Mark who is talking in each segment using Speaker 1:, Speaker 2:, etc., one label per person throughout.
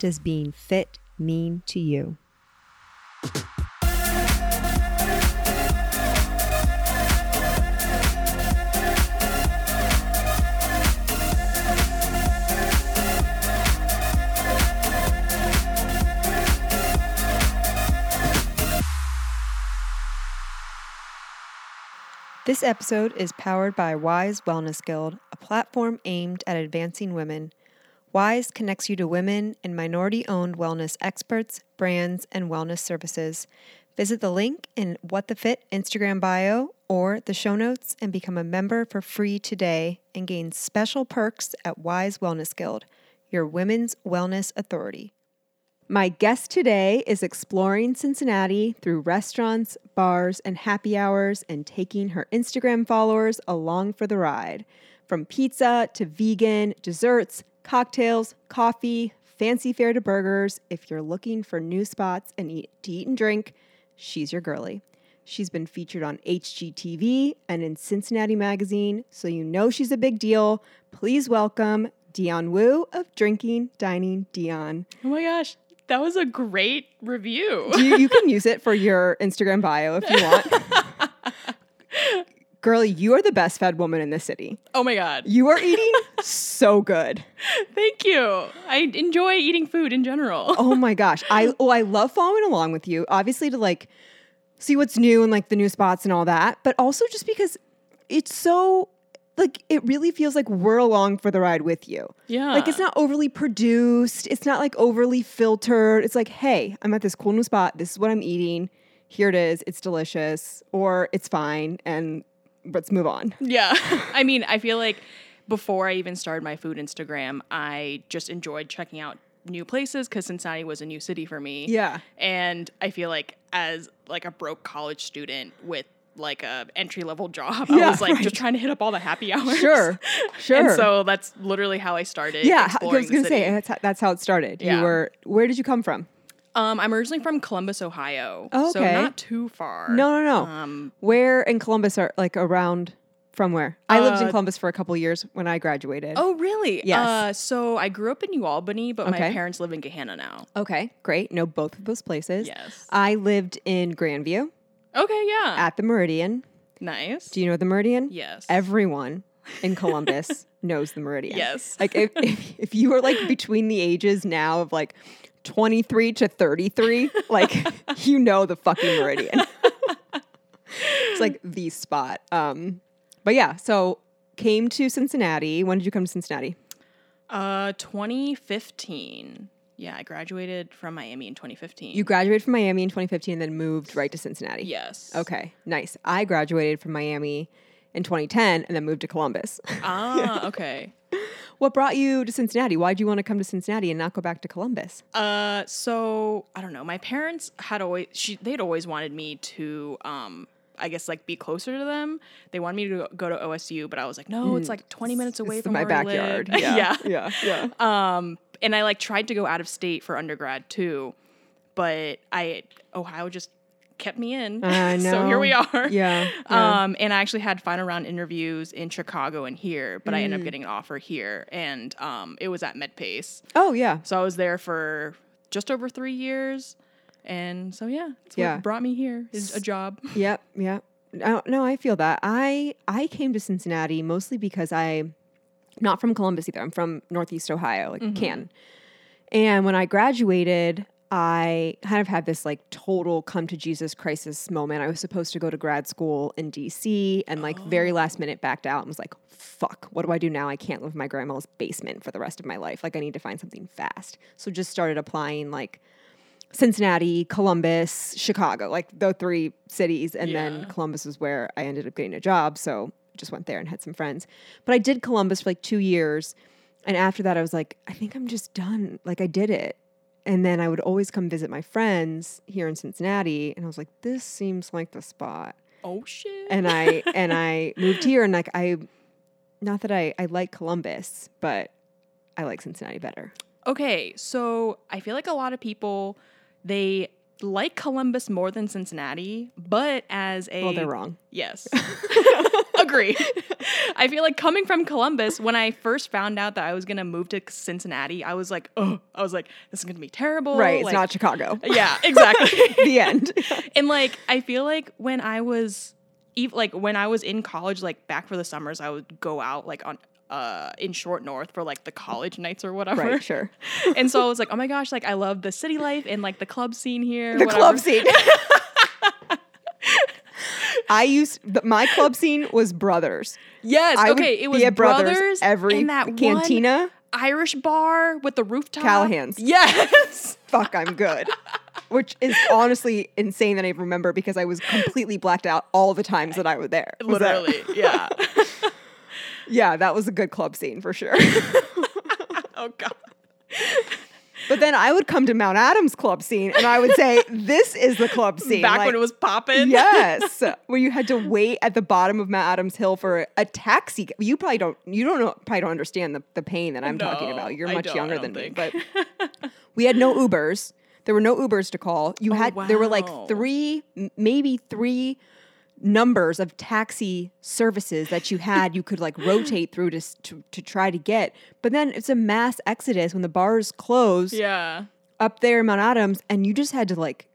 Speaker 1: does being fit mean to you? This episode is powered by Wise Wellness Guild, a platform aimed at advancing women. Wise connects you to women and minority owned wellness experts, brands, and wellness services. Visit the link in What the Fit Instagram bio or the show notes and become a member for free today and gain special perks at Wise Wellness Guild, your women's wellness authority. My guest today is exploring Cincinnati through restaurants, bars, and happy hours and taking her Instagram followers along for the ride. From pizza to vegan, desserts, cocktails, coffee, fancy fare to burgers, if you're looking for new spots and eat, to eat and drink, she's your girly. She's been featured on HGTV and in Cincinnati Magazine, so you know she's a big deal. Please welcome Dion Wu of Drinking Dining Dion.
Speaker 2: Oh my gosh, that was a great review.
Speaker 1: you, you can use it for your Instagram bio if you want. Girl, you are the best fed woman in the city.
Speaker 2: Oh my god.
Speaker 1: You are eating so good.
Speaker 2: Thank you. I enjoy eating food in general.
Speaker 1: Oh my gosh. I oh, I love following along with you. Obviously to like see what's new and like the new spots and all that, but also just because it's so like it really feels like we're along for the ride with you.
Speaker 2: Yeah.
Speaker 1: Like it's not overly produced. It's not like overly filtered. It's like, hey, I'm at this cool new spot. This is what I'm eating. Here it is. It's delicious, or it's fine, and let's move on.
Speaker 2: Yeah. I mean, I feel like before I even started my food Instagram, I just enjoyed checking out new places cuz Cincinnati was a new city for me.
Speaker 1: Yeah.
Speaker 2: And I feel like as like a broke college student with like a entry level job,
Speaker 1: Yeah,
Speaker 2: I was like
Speaker 1: right.
Speaker 2: just trying to hit up all the happy hours.
Speaker 1: Sure. Sure.
Speaker 2: And so that's literally how I started.
Speaker 1: yeah, I
Speaker 2: exploring
Speaker 1: was
Speaker 2: the
Speaker 1: gonna say
Speaker 2: city.
Speaker 1: that's how, that's how it started. You
Speaker 2: Yeah.
Speaker 1: were where did you come from?
Speaker 2: Um, I'm originally from Columbus, Ohio.
Speaker 1: Oh,
Speaker 2: So
Speaker 1: okay.
Speaker 2: not too far.
Speaker 1: No, no, no.
Speaker 2: Um,
Speaker 1: where in Columbus are like around from where? I lived in
Speaker 2: Uh,
Speaker 1: Columbus for a couple years when I graduated.
Speaker 2: oh, really?
Speaker 1: Yes.
Speaker 2: Uh, so I grew up in New Albany, but my
Speaker 1: Okay.
Speaker 2: parents live in Gahanna now.
Speaker 1: okay, great. Know both of those places.
Speaker 2: Yes.
Speaker 1: I lived in Grandview
Speaker 2: Okay, yeah.
Speaker 1: at the Meridian.
Speaker 2: nice.
Speaker 1: Do you know the Meridian?
Speaker 2: yes.
Speaker 1: Everyone in Columbus knows the Meridian.
Speaker 2: Yes.
Speaker 1: Like if, if if you were like between the ages now of like 23 to 33, like you know the fucking Meridian. it's like the spot. Um but yeah, so came to Cincinnati. When did you come to Cincinnati?
Speaker 2: uh, 2015. Yeah, I graduated from Miami in 2015.
Speaker 1: You graduated from Miami in 2015 and then moved right to Cincinnati.
Speaker 2: yes.
Speaker 1: Okay. Nice. I graduated from Miami in 2010 and then moved to Columbus.
Speaker 2: Ah, okay.
Speaker 1: What brought you to Cincinnati? Why'd you want to come to Cincinnati and not go back to Columbus?
Speaker 2: Uh, so I don't know. My parents had always she they'd always wanted me to um I guess like be closer to them. They wanted me to go to OSU, but I was like, no, it's like 20 minutes away
Speaker 1: This is Mm.
Speaker 2: from
Speaker 1: my
Speaker 2: where I live.
Speaker 1: backyard.
Speaker 2: yeah.
Speaker 1: Yeah. Yeah.
Speaker 2: Um, and I like tried to go out of state for undergrad too, but I Ohio just kept me in.
Speaker 1: I
Speaker 2: so here we
Speaker 1: know.
Speaker 2: are.
Speaker 1: Yeah, yeah.
Speaker 2: Um, and I actually had final round interviews in Chicago and here, but I ended
Speaker 1: Mm.
Speaker 2: up getting an offer here, and um, it was at MedPace.
Speaker 1: oh yeah.
Speaker 2: So I was there for just over three years, and so yeah, it's
Speaker 1: Yeah.
Speaker 2: what brought me here is a job.
Speaker 1: Yep. Yep. No, no, I feel that. I I came to Cincinnati mostly because I not from Columbus either. I'm from Northeast Ohio, like Canton. And when I graduated, I kind of had this like total come to Jesus crisis moment. I was supposed to go to grad school in DC and like very last minute backed out and was like, fuck, what do I do now? I can't live in my grandma's basement for the rest of my life. Like, I need to find something fast. So just started applying like Cincinnati, Columbus, Chicago, like the three cities. And then
Speaker 2: Yeah.
Speaker 1: Columbus was where I ended up getting a job. So just went there and had some friends. But I did Columbus for like two years. And after that, I was like, I think I'm just done. Like, I did it. and then I would always come visit my friends here in Cincinnati, and I was like, this seems like the spot.
Speaker 2: Oh shit.
Speaker 1: And I and I moved here, and like I, not that I I like Columbus, but I like Cincinnati better.
Speaker 2: Okay, so I feel like a lot of people they like Columbus more than Cincinnati, but as a
Speaker 1: Well, they're wrong.
Speaker 2: Yes. Agree. I feel like coming from Columbus, when I first found out that I was gonna move to Cincinnati, I was like, oh, I was like, this is gonna be terrible.
Speaker 1: Right, it's
Speaker 2: Oh, like-
Speaker 1: not Chicago.
Speaker 2: Yeah, exactly.
Speaker 1: the end.
Speaker 2: and like I feel like when I was ev- like when I was in college, like back for the summers, I would go out like on uh in short north for like the college nights or whatever.
Speaker 1: right, sure.
Speaker 2: and so I was like, oh my gosh, like I love the city life and like the club scene here.
Speaker 1: The
Speaker 2: whatever.
Speaker 1: club scene. I used but my club scene was brothers.
Speaker 2: Yes.
Speaker 1: I would
Speaker 2: okay. it was
Speaker 1: be at
Speaker 2: brothers,
Speaker 1: brothers, every
Speaker 2: in that
Speaker 1: cantina.
Speaker 2: One Irish bar with the rooftop.
Speaker 1: Callahan's.
Speaker 2: Yes.
Speaker 1: Fuck, I'm good. Which is honestly insane that I remember because I was completely blacked out all the times that I was there. Was that-
Speaker 2: Literally. Yeah.
Speaker 1: yeah, that was a good club scene for sure.
Speaker 2: oh god.
Speaker 1: but then I would come to Mount Adams club scene and I would say, This is the club scene.
Speaker 2: Back
Speaker 1: Like,
Speaker 2: when it was popping.
Speaker 1: Yes, where you had to wait at the bottom of Mount Adams Hill for a taxi. You probably don't. You don't know. Probably don't understand the, the pain that I'm talking
Speaker 2: No,
Speaker 1: about. You're
Speaker 2: I
Speaker 1: much
Speaker 2: don't,
Speaker 1: younger
Speaker 2: I
Speaker 1: than
Speaker 2: don't
Speaker 1: me. But we had no Ubers. There were no Ubers to call. You had. There were like
Speaker 2: Oh, wow.
Speaker 1: three, m- maybe three numbers of taxi services that you had you could like rotate through to, s- to to try to get but then it's a mass exodus when the bars close
Speaker 2: Yeah.
Speaker 1: up there in Mount Adams, and you just had to like,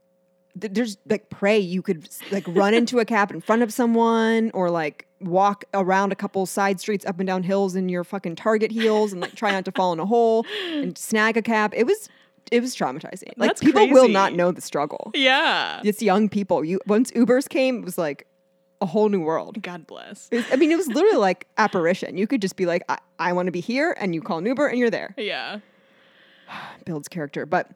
Speaker 1: th- there's like pray you could like run into a cab in front of someone or like walk around a couple side streets up and down hills in your fucking Target heels and like try not to fall in a hole and snag a cab. It was it was traumatizing. Like
Speaker 2: That's
Speaker 1: people will not
Speaker 2: crazy.
Speaker 1: know the struggle.
Speaker 2: Yeah.
Speaker 1: It's young people. You once Ubers came, it was like a whole new world.
Speaker 2: God bless.
Speaker 1: It was- I mean, it was literally like apparition. You could just be like, I, I want to be here, and you call an Uber, and you're there
Speaker 2: Yeah.
Speaker 1: builds character. But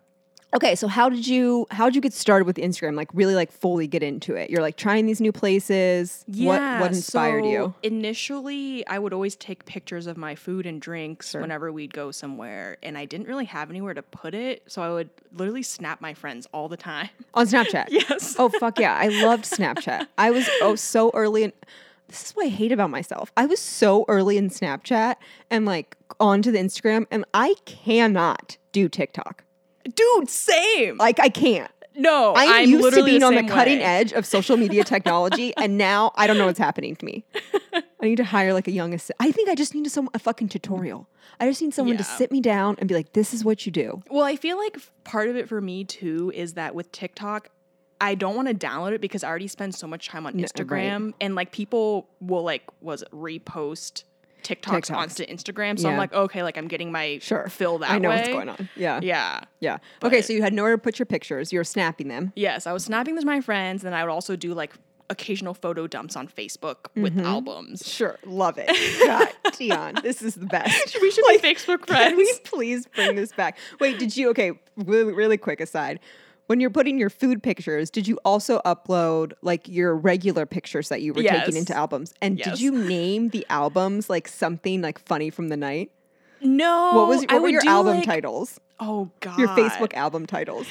Speaker 1: okay, so how did you how did you get started with Instagram? Like really like fully get into it. You're like trying these new places. what what inspired
Speaker 2: so
Speaker 1: you?
Speaker 2: Initially, I would always take pictures of my food and drinks whenever we'd go somewhere, and I didn't really have anywhere to put it, so I would literally snap my friends all the time.
Speaker 1: On Snapchat.
Speaker 2: Yes.
Speaker 1: Oh fuck yeah. I loved Snapchat. I was oh so early in this is what I hate about myself. I was so early in Snapchat and like onto the Instagram and I cannot do TikTok.
Speaker 2: Dude, same.
Speaker 1: Like I can't.
Speaker 2: no,
Speaker 1: I'm,
Speaker 2: I'm
Speaker 1: used to
Speaker 2: literally
Speaker 1: being on the
Speaker 2: same
Speaker 1: cutting
Speaker 2: way.
Speaker 1: edge of social media technology, and now I don't know what's happening to me. I need to hire like a young assist. I think I just need some a fucking tutorial. I just need someone to
Speaker 2: Yeah.
Speaker 1: sit me down and be like, "This is what you do."
Speaker 2: Well, I feel like f- part of it for me too is that with TikTok, I don't want to download it because I already spend so much time on
Speaker 1: right.
Speaker 2: Instagram and like people will like was it repost TikToks,
Speaker 1: TikToks.
Speaker 2: onto Instagram. So I'm
Speaker 1: Yeah.
Speaker 2: like, okay, like I'm getting my
Speaker 1: Sure,
Speaker 2: fill that
Speaker 1: I know what's
Speaker 2: way.
Speaker 1: going on. Yeah, yeah.
Speaker 2: Yeah.
Speaker 1: okay,
Speaker 2: but-
Speaker 1: so you had nowhere to put your pictures. You're snapping them.
Speaker 2: Yes, I was snapping this to my friends, and I would also do like occasional photo dumps on Facebook with
Speaker 1: Mm-hmm.
Speaker 2: albums.
Speaker 1: Sure, love it. God, Dion, this is the best.
Speaker 2: We should be Facebook
Speaker 1: Can we
Speaker 2: friends.
Speaker 1: please bring this back? Wait, did you? Okay, really, really quick aside. When you're putting your food pictures, did you also upload like your regular pictures that you were
Speaker 2: Yes.
Speaker 1: taking into albums? And
Speaker 2: Yes.
Speaker 1: did you name the albums like something like funny from the night?
Speaker 2: No,
Speaker 1: What was what
Speaker 2: I
Speaker 1: were
Speaker 2: would
Speaker 1: your
Speaker 2: do,
Speaker 1: album
Speaker 2: like-
Speaker 1: titles?
Speaker 2: Oh God,
Speaker 1: Your Facebook album titles.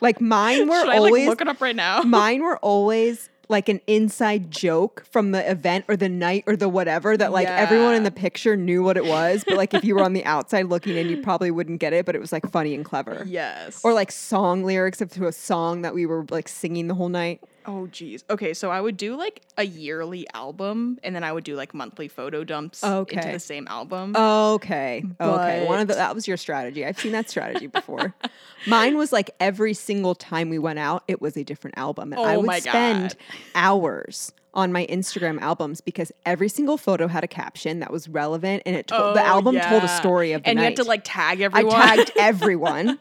Speaker 1: like mine were
Speaker 2: Should I like
Speaker 1: always
Speaker 2: look it up right now?
Speaker 1: mine were always like an inside joke from the event or the night or the whatever that like everyone
Speaker 2: Yeah.
Speaker 1: in the picture knew what it was but like if you were on the outside looking in you probably wouldn't get it but it was like funny and clever
Speaker 2: yes.
Speaker 1: or like song lyrics of to a song that we were like singing the whole night
Speaker 2: Oh geez. Okay, so I would do like a yearly album, and then I would do like monthly photo dumps into
Speaker 1: Okay.
Speaker 2: the same album.
Speaker 1: okay okay one of the,
Speaker 2: But-
Speaker 1: that was your strategy i've seen that strategy before mine was like every single time we went out it was a different album and i
Speaker 2: Oh
Speaker 1: would
Speaker 2: my
Speaker 1: spend
Speaker 2: God.
Speaker 1: hours on my Instagram albums because every single photo had a caption that was relevant and it told the
Speaker 2: Oh,
Speaker 1: album told a
Speaker 2: yeah.
Speaker 1: story of the
Speaker 2: and
Speaker 1: night.
Speaker 2: you had to like tag
Speaker 1: I
Speaker 2: everyone.
Speaker 1: tagged everyone,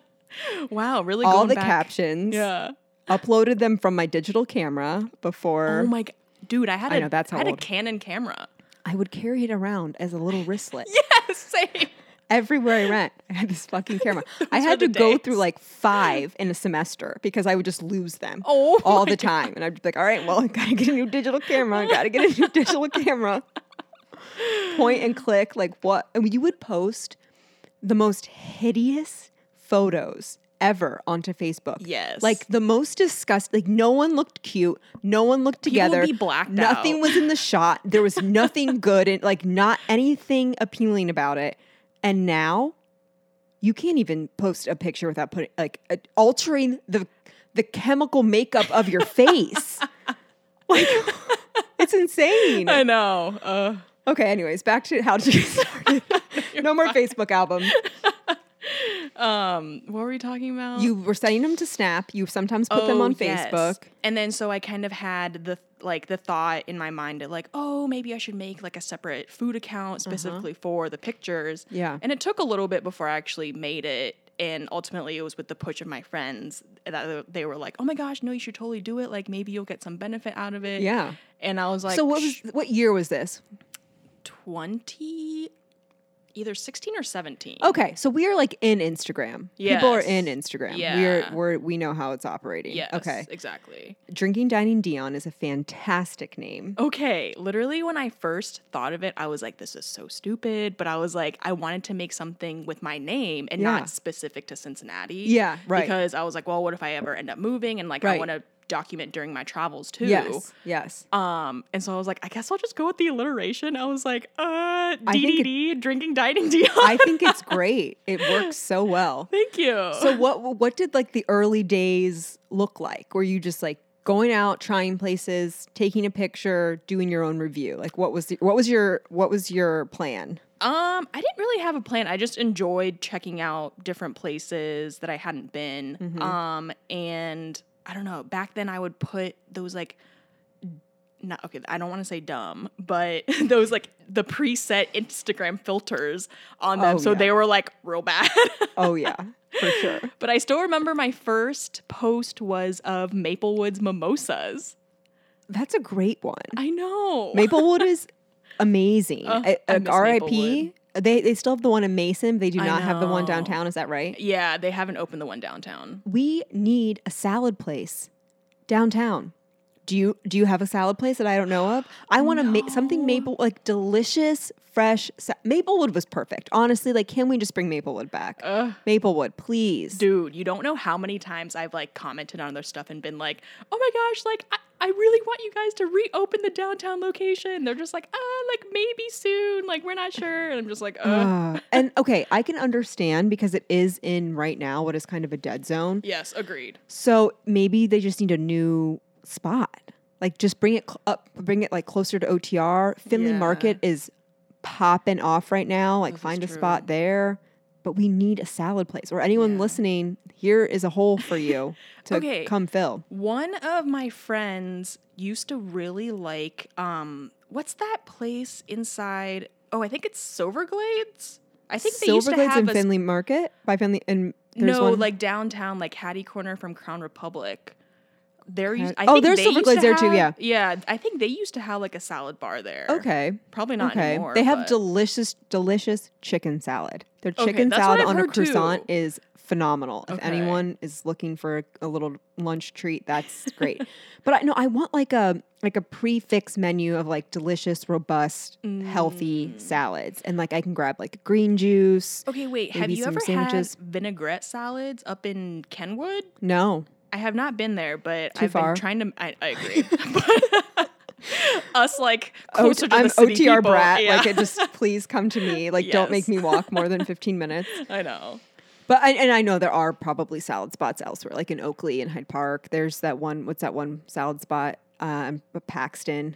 Speaker 2: wow, really
Speaker 1: all
Speaker 2: going
Speaker 1: the
Speaker 2: back.
Speaker 1: captions,
Speaker 2: Yeah.
Speaker 1: uploaded them from my digital camera before
Speaker 2: Oh my god, dude, I had
Speaker 1: I
Speaker 2: a
Speaker 1: know, that's
Speaker 2: I
Speaker 1: how
Speaker 2: had a
Speaker 1: old-
Speaker 2: Canon camera.
Speaker 1: I would carry it around as a little wristlet.
Speaker 2: Yes, same.
Speaker 1: Everywhere I went, I had this fucking camera. I
Speaker 2: Those were
Speaker 1: had
Speaker 2: the
Speaker 1: to go
Speaker 2: days.
Speaker 1: through like five in a semester because I would just lose them
Speaker 2: Oh
Speaker 1: all the time. And I'd be like, all right, well, I gotta get a new digital camera. I gotta get a new digital camera. Point and click, like what? And you would post the most hideous photos ever onto Facebook.
Speaker 2: Yes.
Speaker 1: Like the most disgust like no one looked cute, no one looked
Speaker 2: People
Speaker 1: together.
Speaker 2: be blacked
Speaker 1: nothing
Speaker 2: out.
Speaker 1: was in the shot. There was nothing good and like not anything appealing about it. And now you can't even post a picture without putting like uh, altering the the chemical makeup of your face. like it's insane.
Speaker 2: I know. Uh,
Speaker 1: Okay, anyways, back to how to get started. no more Facebook album.
Speaker 2: um, what were we talking about?
Speaker 1: You were sending them to Snap. You sometimes put them
Speaker 2: Oh,
Speaker 1: on
Speaker 2: yes.
Speaker 1: Facebook.
Speaker 2: And then so I kind of had the like the thought in my mind of like, oh, maybe I should make like a separate food account specifically for the pictures.
Speaker 1: Uh-huh. Yeah.
Speaker 2: And it took a little bit before I actually made it. And ultimately, it was with the push of my friends that they were like, "Oh my gosh, no, you should totally do it. Like, maybe you'll get some benefit out of it."
Speaker 1: Yeah.
Speaker 2: And I was like,
Speaker 1: so what was what year was this?
Speaker 2: twenty, either sixteen or seventeen?
Speaker 1: Okay, so we are like in Instagram. People are in
Speaker 2: Yes.
Speaker 1: Instagram.
Speaker 2: Yeah.
Speaker 1: We're we're we know how it's operating.
Speaker 2: yes,
Speaker 1: Okay.
Speaker 2: exactly.
Speaker 1: Drinking Dining Dion is a fantastic
Speaker 2: Oh,
Speaker 1: name.
Speaker 2: Okay, literally when I first thought of it, I was like, this is so stupid. But I was like, I wanted to make something with my name and
Speaker 1: Yeah.
Speaker 2: not specific to Cincinnati.
Speaker 1: Yeah, right.
Speaker 2: Because I was like, well, what if I ever end up moving? And like,
Speaker 1: Right.
Speaker 2: I want to document during my travels too.
Speaker 1: Yes. Yes.
Speaker 2: Um, and so I was like, I guess I'll just go with the alliteration. I was like, uh,
Speaker 1: think it-
Speaker 2: DDD, drinking, dining, Dion.
Speaker 1: I think it's great. It works so well.
Speaker 2: Thank you.
Speaker 1: So what what did like the early days look like? Were you just like going out, trying places, taking a picture, doing your own review? Like what was the, what was your what was your plan?
Speaker 2: Um, I didn't really have a plan. I just enjoyed checking out different places that I hadn't been.
Speaker 1: Mm-hmm.
Speaker 2: Um, and I don't know. Back then, I would put those like, not okay. I don't want to say dumb, but those like the preset Instagram filters on them,
Speaker 1: Oh,
Speaker 2: so
Speaker 1: yeah.
Speaker 2: they were like real bad.
Speaker 1: Oh yeah, for sure.
Speaker 2: but I still remember my first post was of Maplewood's mimosas.
Speaker 1: That's a great one.
Speaker 2: I know.
Speaker 1: Maplewood is amazing.
Speaker 2: Oh,
Speaker 1: I-
Speaker 2: I
Speaker 1: like,
Speaker 2: miss
Speaker 1: R.I.P. They they still have the one in Mason. They do
Speaker 2: I
Speaker 1: not have the one
Speaker 2: know.
Speaker 1: downtown. Is that right?
Speaker 2: yeah, they haven't opened the one downtown.
Speaker 1: We need a salad place downtown. Do you do you have a salad place that I don't know of? I want to make something maple like delicious, fresh. Sa- Maplewood was perfect, honestly. Like, can we just bring Maplewood back?
Speaker 2: Ugh.
Speaker 1: Maplewood, please.
Speaker 2: dude you don't know how many times i've like commented on their stuff and been like oh my gosh like i, I really want you guys to reopen the downtown location they're just like ah like maybe soon like we're not sure and i'm just like uh,
Speaker 1: Ugh. and okay, I can understand because it is in right now what is kind of a dead zone.
Speaker 2: yes agreed
Speaker 1: So maybe they just need a new spot. Like just bring it cl- up, bring it like closer to OTR. Finley
Speaker 2: Yeah.
Speaker 1: Market is popping off right now. Like
Speaker 2: This is
Speaker 1: find a
Speaker 2: true.
Speaker 1: spot there. But we need a salad place. Or anyone
Speaker 2: Yeah.
Speaker 1: listening, here is a hole for you to
Speaker 2: Okay.
Speaker 1: come fill.
Speaker 2: one of my friends used to really like um what's that place inside oh i think it's silverglades i think they used to
Speaker 1: Silverglades
Speaker 2: have
Speaker 1: and
Speaker 2: a
Speaker 1: Finley Market by Finley and there's
Speaker 2: no
Speaker 1: one.
Speaker 2: like downtown like hattie corner from crown republic there used, I
Speaker 1: Oh,
Speaker 2: think
Speaker 1: there's
Speaker 2: they
Speaker 1: Silver
Speaker 2: used to
Speaker 1: Glaze there too,
Speaker 2: have- yeah i think they used to have like a salad bar there
Speaker 1: okay.
Speaker 2: probably not
Speaker 1: okay.
Speaker 2: anymore
Speaker 1: they have
Speaker 2: but-
Speaker 1: delicious, delicious chicken salad. Their
Speaker 2: Okay,
Speaker 1: chicken
Speaker 2: that's what
Speaker 1: salad
Speaker 2: I've
Speaker 1: on a
Speaker 2: heard too.
Speaker 1: croissant is phenomenal. If
Speaker 2: Okay.
Speaker 1: anyone is looking for a, a little lunch treat, that's great. but I no, I want like a like a prefix menu of like delicious, robust,
Speaker 2: Mm.
Speaker 1: healthy salads. And like I can grab like green juice.
Speaker 2: okay wait have
Speaker 1: maybe
Speaker 2: you
Speaker 1: some
Speaker 2: ever
Speaker 1: sandwiches.
Speaker 2: had vinaigrette salads up in kenwood
Speaker 1: No.
Speaker 2: i have not been there but
Speaker 1: Too
Speaker 2: i've
Speaker 1: far.
Speaker 2: been trying to i, I agree But us like
Speaker 1: O-
Speaker 2: closer to
Speaker 1: I'm
Speaker 2: the city
Speaker 1: OTR
Speaker 2: people,
Speaker 1: brat.
Speaker 2: yeah.
Speaker 1: Like it just please come to me. Like don't make
Speaker 2: Yes.
Speaker 1: me walk more than 15 minutes.
Speaker 2: i know
Speaker 1: But I, and I know there are probably salad spots elsewhere, like in Oakley and Hyde Park. There's that one. What's that one salad spot? Um, Paxton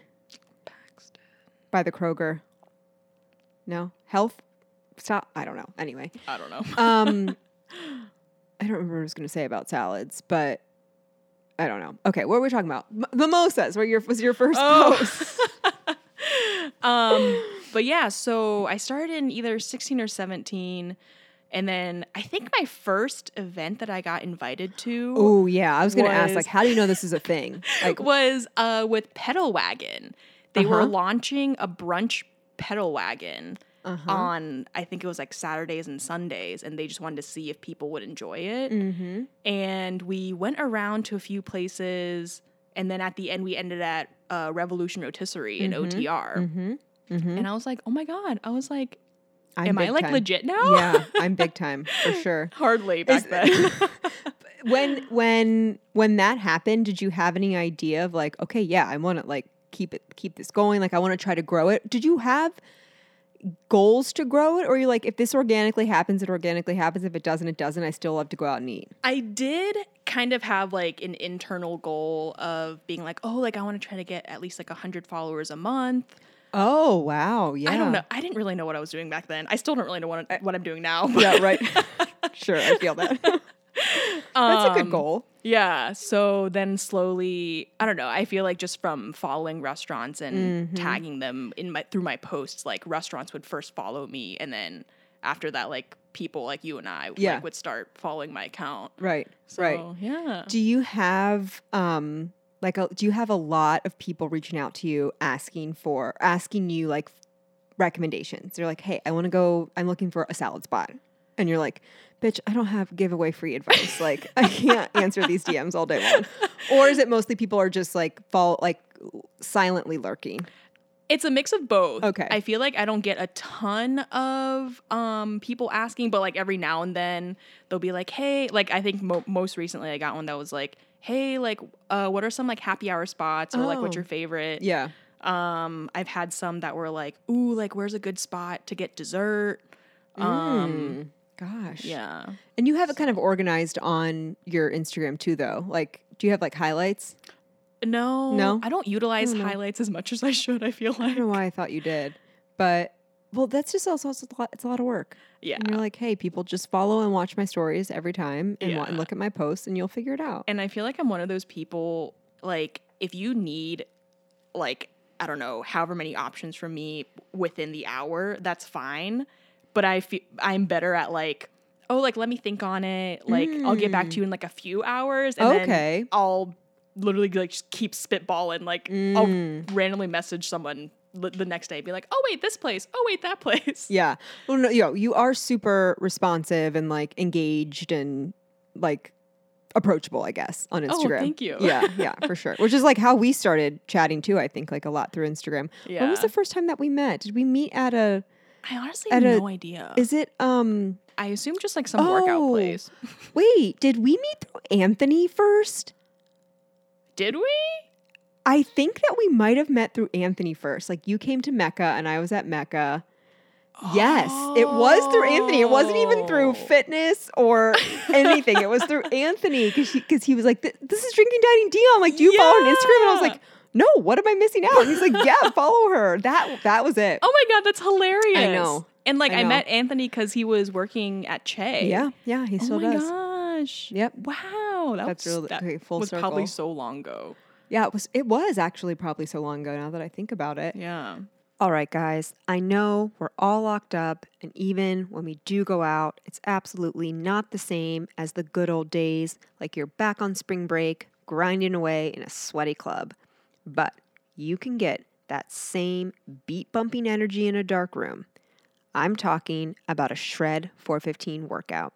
Speaker 2: Paxton.
Speaker 1: by the Kroger. No health. Stop. I don't know. Anyway,
Speaker 2: i don't know
Speaker 1: um, I don't remember what I was going to say about salads, but I don't know. Okay, what were we talking about? M- mimosas. Where your was your first
Speaker 2: Oh.
Speaker 1: post?
Speaker 2: um, but yeah, so I started in either 16 or 17. And then I think my first event that I got invited to
Speaker 1: Oh yeah, I was going to ask.
Speaker 2: Was-
Speaker 1: Like, how do you know this is a thing? Like,
Speaker 2: was uh, with Pedal Wagon. They were
Speaker 1: Uh-huh.
Speaker 2: launching a brunch pedal wagon
Speaker 1: Uh-huh.
Speaker 2: on, I think it was like Saturdays and Sundays. And they just wanted to see if people would enjoy it.
Speaker 1: mm-hmm.
Speaker 2: And we went around to a few places. And then at the end, we ended at uh, Revolution Rotisserie in OTR.
Speaker 1: Mm-hmm. Mm-hmm.
Speaker 2: And I was like, oh my God. I was like,
Speaker 1: I'm
Speaker 2: Am I
Speaker 1: big
Speaker 2: like
Speaker 1: time.
Speaker 2: legit now?
Speaker 1: Yeah, I'm big time for sure.
Speaker 2: Hardly
Speaker 1: Is-
Speaker 2: back then.
Speaker 1: When when when that happened, did you have any idea of like, okay, yeah, I want to like keep it keep this going. Like I want to try to grow it. Did you have goals to grow it, or you like, if this organically happens, it organically happens. If it doesn't, it doesn't. I still love to go out and eat.
Speaker 2: I did kind of have like an internal goal of being like, oh, like I want to try to get at least like 100 followers a month.
Speaker 1: Oh wow, yeah.
Speaker 2: I don't know. I didn't really know what I was doing back then. I still don't really know what, what I'm doing now.
Speaker 1: Yeah, right. sure, I feel that. That's a good
Speaker 2: Um,
Speaker 1: goal.
Speaker 2: Yeah. So then slowly, I don't know. I feel like just from following restaurants
Speaker 1: Mm-hmm.
Speaker 2: and tagging them in my through my posts, like restaurants would first follow me, and then after that, like people like you and I
Speaker 1: Yeah.
Speaker 2: like, would start following my account.
Speaker 1: Right,
Speaker 2: So,
Speaker 1: right.
Speaker 2: Yeah.
Speaker 1: Do you have um like a, do you have a lot of people reaching out to you asking for asking you like recommendations? They're like, "Hey, I want to go. I'm looking for a salad spot," and you're like, "Bitch, I don't have giveaway free advice. Like, I can't answer these DMs all day long." Or is it mostly people are just like fall like silently lurking?
Speaker 2: It's a mix of both.
Speaker 1: Okay.
Speaker 2: I feel like I don't get a ton of um, people asking, but like every now and then they'll be like, hey, like I think mo- most recently I got one that was like, hey, like uh, what are some like happy hour spots or like
Speaker 1: Oh.
Speaker 2: what's your favorite?
Speaker 1: Yeah.
Speaker 2: Um, I've had some that were like, ooh, like where's a good spot to get dessert? Um,
Speaker 1: Mm. Gosh.
Speaker 2: yeah.
Speaker 1: And you have it kind of organized on your Instagram too, though. Like, do you have like highlights?
Speaker 2: No,
Speaker 1: No?
Speaker 2: I don't utilize
Speaker 1: don't know.
Speaker 2: highlights as much as I should. I feel
Speaker 1: I
Speaker 2: like,
Speaker 1: don't know why I thought you did, but well, that's just also it's a lot, it's a lot of work.
Speaker 2: yeah.
Speaker 1: And you're like, hey, people, just follow and watch my stories every time, and, wa- and
Speaker 2: Yeah.
Speaker 1: look at my posts, and you'll figure it out.
Speaker 2: And I feel like I'm one of those people, like, if you need, like, I don't know, however many options from me within the hour, that's fine. But I feel I'm better at, like, oh, like, let me think on it. Like, I'll get back to you in like a few hours. And
Speaker 1: Hmm. Okay.
Speaker 2: Then I'll literally, like, just keep spitballing. Like,
Speaker 1: Mm.
Speaker 2: I'll randomly message someone l- the next day and be like, oh, wait, this place. Oh, wait, that place.
Speaker 1: yeah. Well, no, you know, you are super responsive and like engaged and like approachable, I guess, on
Speaker 2: Oh,
Speaker 1: Instagram.
Speaker 2: thank you.
Speaker 1: yeah, yeah, for sure. Which is like how we started chatting too. I think like a lot through Instagram. When was
Speaker 2: Yeah.
Speaker 1: the first time that we met? Did we meet at a?
Speaker 2: I honestly
Speaker 1: At
Speaker 2: have
Speaker 1: a-
Speaker 2: no idea.
Speaker 1: Is it um?
Speaker 2: I assume just like some workout
Speaker 1: Oh.
Speaker 2: place.
Speaker 1: Wait, did we meet through Anthony first?
Speaker 2: Did we?
Speaker 1: I think that we might have met through Anthony first. Like you came to Mecca and I was at Mecca. Yes, it was through Anthony. It wasn't even through
Speaker 2: Oh.
Speaker 1: fitness or anything. it was through Anthony because he, 'cause he was like, "Th- "This is drinking, dining, Dion." I'm like, "Do you follow on Instagram?" And I was
Speaker 2: Yeah.
Speaker 1: like, "No, what am I missing out?" And he's like, "Yeah, follow her." That that was it.
Speaker 2: Oh my god, that's hilarious.
Speaker 1: I know.
Speaker 2: And like
Speaker 1: I
Speaker 2: I,
Speaker 1: know.
Speaker 2: met Anthony because he was working at Che.
Speaker 1: Yeah, yeah, he
Speaker 2: Oh
Speaker 1: still
Speaker 2: my
Speaker 1: does.
Speaker 2: gosh.
Speaker 1: Yep.
Speaker 2: Wow. That
Speaker 1: That's
Speaker 2: was,
Speaker 1: really-
Speaker 2: that
Speaker 1: okay, full
Speaker 2: was probably
Speaker 1: circle.
Speaker 2: so long ago.
Speaker 1: Yeah, it was. It was actually probably so long ago. Now that I think about it.
Speaker 2: Yeah.
Speaker 1: All right, guys, I know we're all locked up, and even when we do go out, it's absolutely not the same as the good old days, like you're back on spring break, grinding away in a sweaty club. But you can get that same beat bumping energy in a dark room. I'm talking about a Shred 415 workout.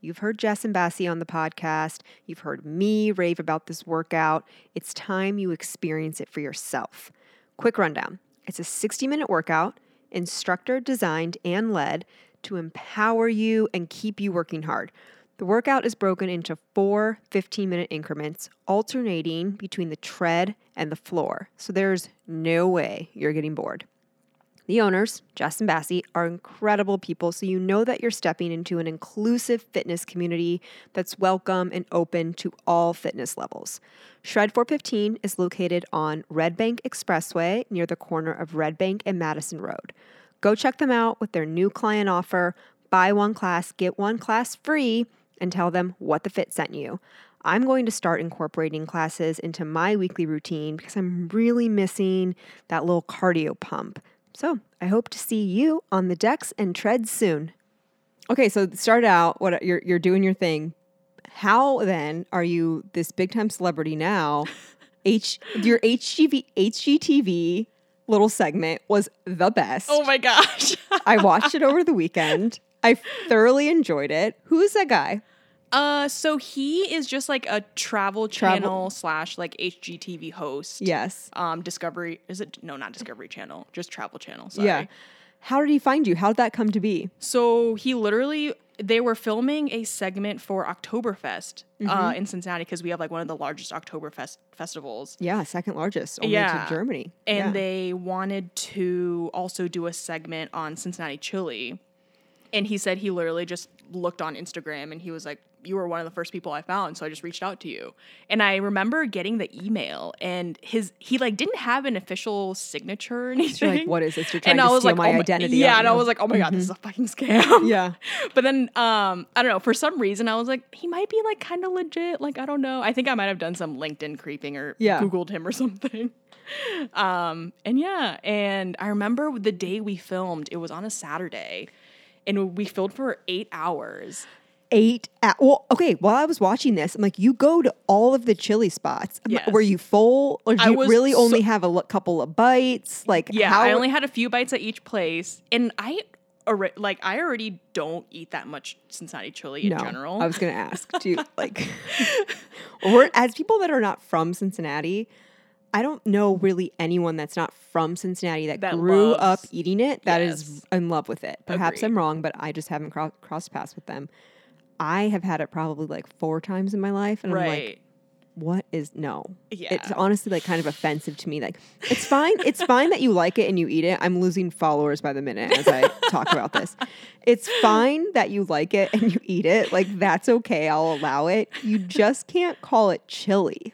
Speaker 1: You've heard Jess and Bassi on the podcast. You've heard me rave about this workout. It's time you experience it for yourself. Quick rundown it's a 60 minute workout, instructor designed and led to empower you and keep you working hard. The workout is broken into four 15 minute increments, alternating between the tread and the floor. So there's no way you're getting bored. The owners, Jess and Bassie, are incredible people, so you know that you're stepping into an inclusive fitness community that's welcome and open to all fitness levels. Shred 415 is located on Red Bank Expressway near the corner of Red Bank and Madison Road. Go check them out with their new client offer buy one class, get one class free, and tell them what the fit sent you. I'm going to start incorporating classes into my weekly routine because I'm really missing that little cardio pump. So I hope to see you on the decks and treads soon. Okay, so start out. What you're you're doing your thing. How then are you this big time celebrity now? H your HGV HGTV little segment was the best.
Speaker 2: Oh my gosh.
Speaker 1: I watched it over the weekend. I thoroughly enjoyed it. Who's that guy?
Speaker 2: uh so he is just like a
Speaker 1: Travel-
Speaker 2: travel channel slash like HGTV host.
Speaker 1: Yes.
Speaker 2: Um Discovery is it no not Discovery Channel, just Travel Channel. Sorry.
Speaker 1: Yeah. How did he find you? How did that come to be?
Speaker 2: So he literally, they were filming a segment for Oktoberfest uh,
Speaker 1: Mm-hmm.
Speaker 2: in Cincinnati because we have like one of the largest Oktoberfest festivals.
Speaker 1: Yeah, second largest, only
Speaker 2: Yeah.
Speaker 1: to Germany.
Speaker 2: And
Speaker 1: Yeah.
Speaker 2: they wanted to also do a segment on Cincinnati chili. And he said he literally just looked on Instagram and he was like, You were one of the first people I found. So I just reached out to you. And I remember getting the email and his, he like didn't have an official signature or anything.
Speaker 1: You're like, what is this? You're trying to steal
Speaker 2: oh
Speaker 1: my, identity.
Speaker 2: Yeah,
Speaker 1: aren't
Speaker 2: and I
Speaker 1: you?" Mm-hmm.
Speaker 2: was like, oh my god, this is a fucking scam.
Speaker 1: Yeah.
Speaker 2: But then um, I don't know, for some reason I was like, he might be like kind of legit. Like, I don't know. I think I might have done some LinkedIn creeping or
Speaker 1: Yeah.
Speaker 2: Googled him or something. Um, and yeah, and I remember the day we filmed, it was on a Saturday, and we filmed for eight hours.
Speaker 1: eight. At, well, okay. While I was watching this, I'm like, you go to all of the chili spots. M-
Speaker 2: Yes.
Speaker 1: Were you full, or did
Speaker 2: I
Speaker 1: you
Speaker 2: was
Speaker 1: really
Speaker 2: so-
Speaker 1: only have a l- couple of bites? Like,
Speaker 2: Yeah,
Speaker 1: how,
Speaker 2: I only had a few bites at each place, and I alre- like I already don't eat that much Cincinnati chili in
Speaker 1: no,
Speaker 2: general.
Speaker 1: I was gonna ask, do you like, or as people that are not from Cincinnati? I don't know really anyone that's not from Cincinnati that,
Speaker 2: That
Speaker 1: grew up
Speaker 2: loves-
Speaker 1: eating it that is
Speaker 2: Yes.
Speaker 1: in love with it. Perhaps I'm wrong, but I just haven't cro- crossed paths with them. I have had it probably like four times in my life, and I'm like,
Speaker 2: right.
Speaker 1: what is no it's
Speaker 2: Yeah.
Speaker 1: honestly like kind of offensive to me like it's fine it's fine that you like it and you eat it i'm losing followers by the minute as i talk about this it's fine that you like it and you eat it like that's okay i'll allow it you just can't call it chili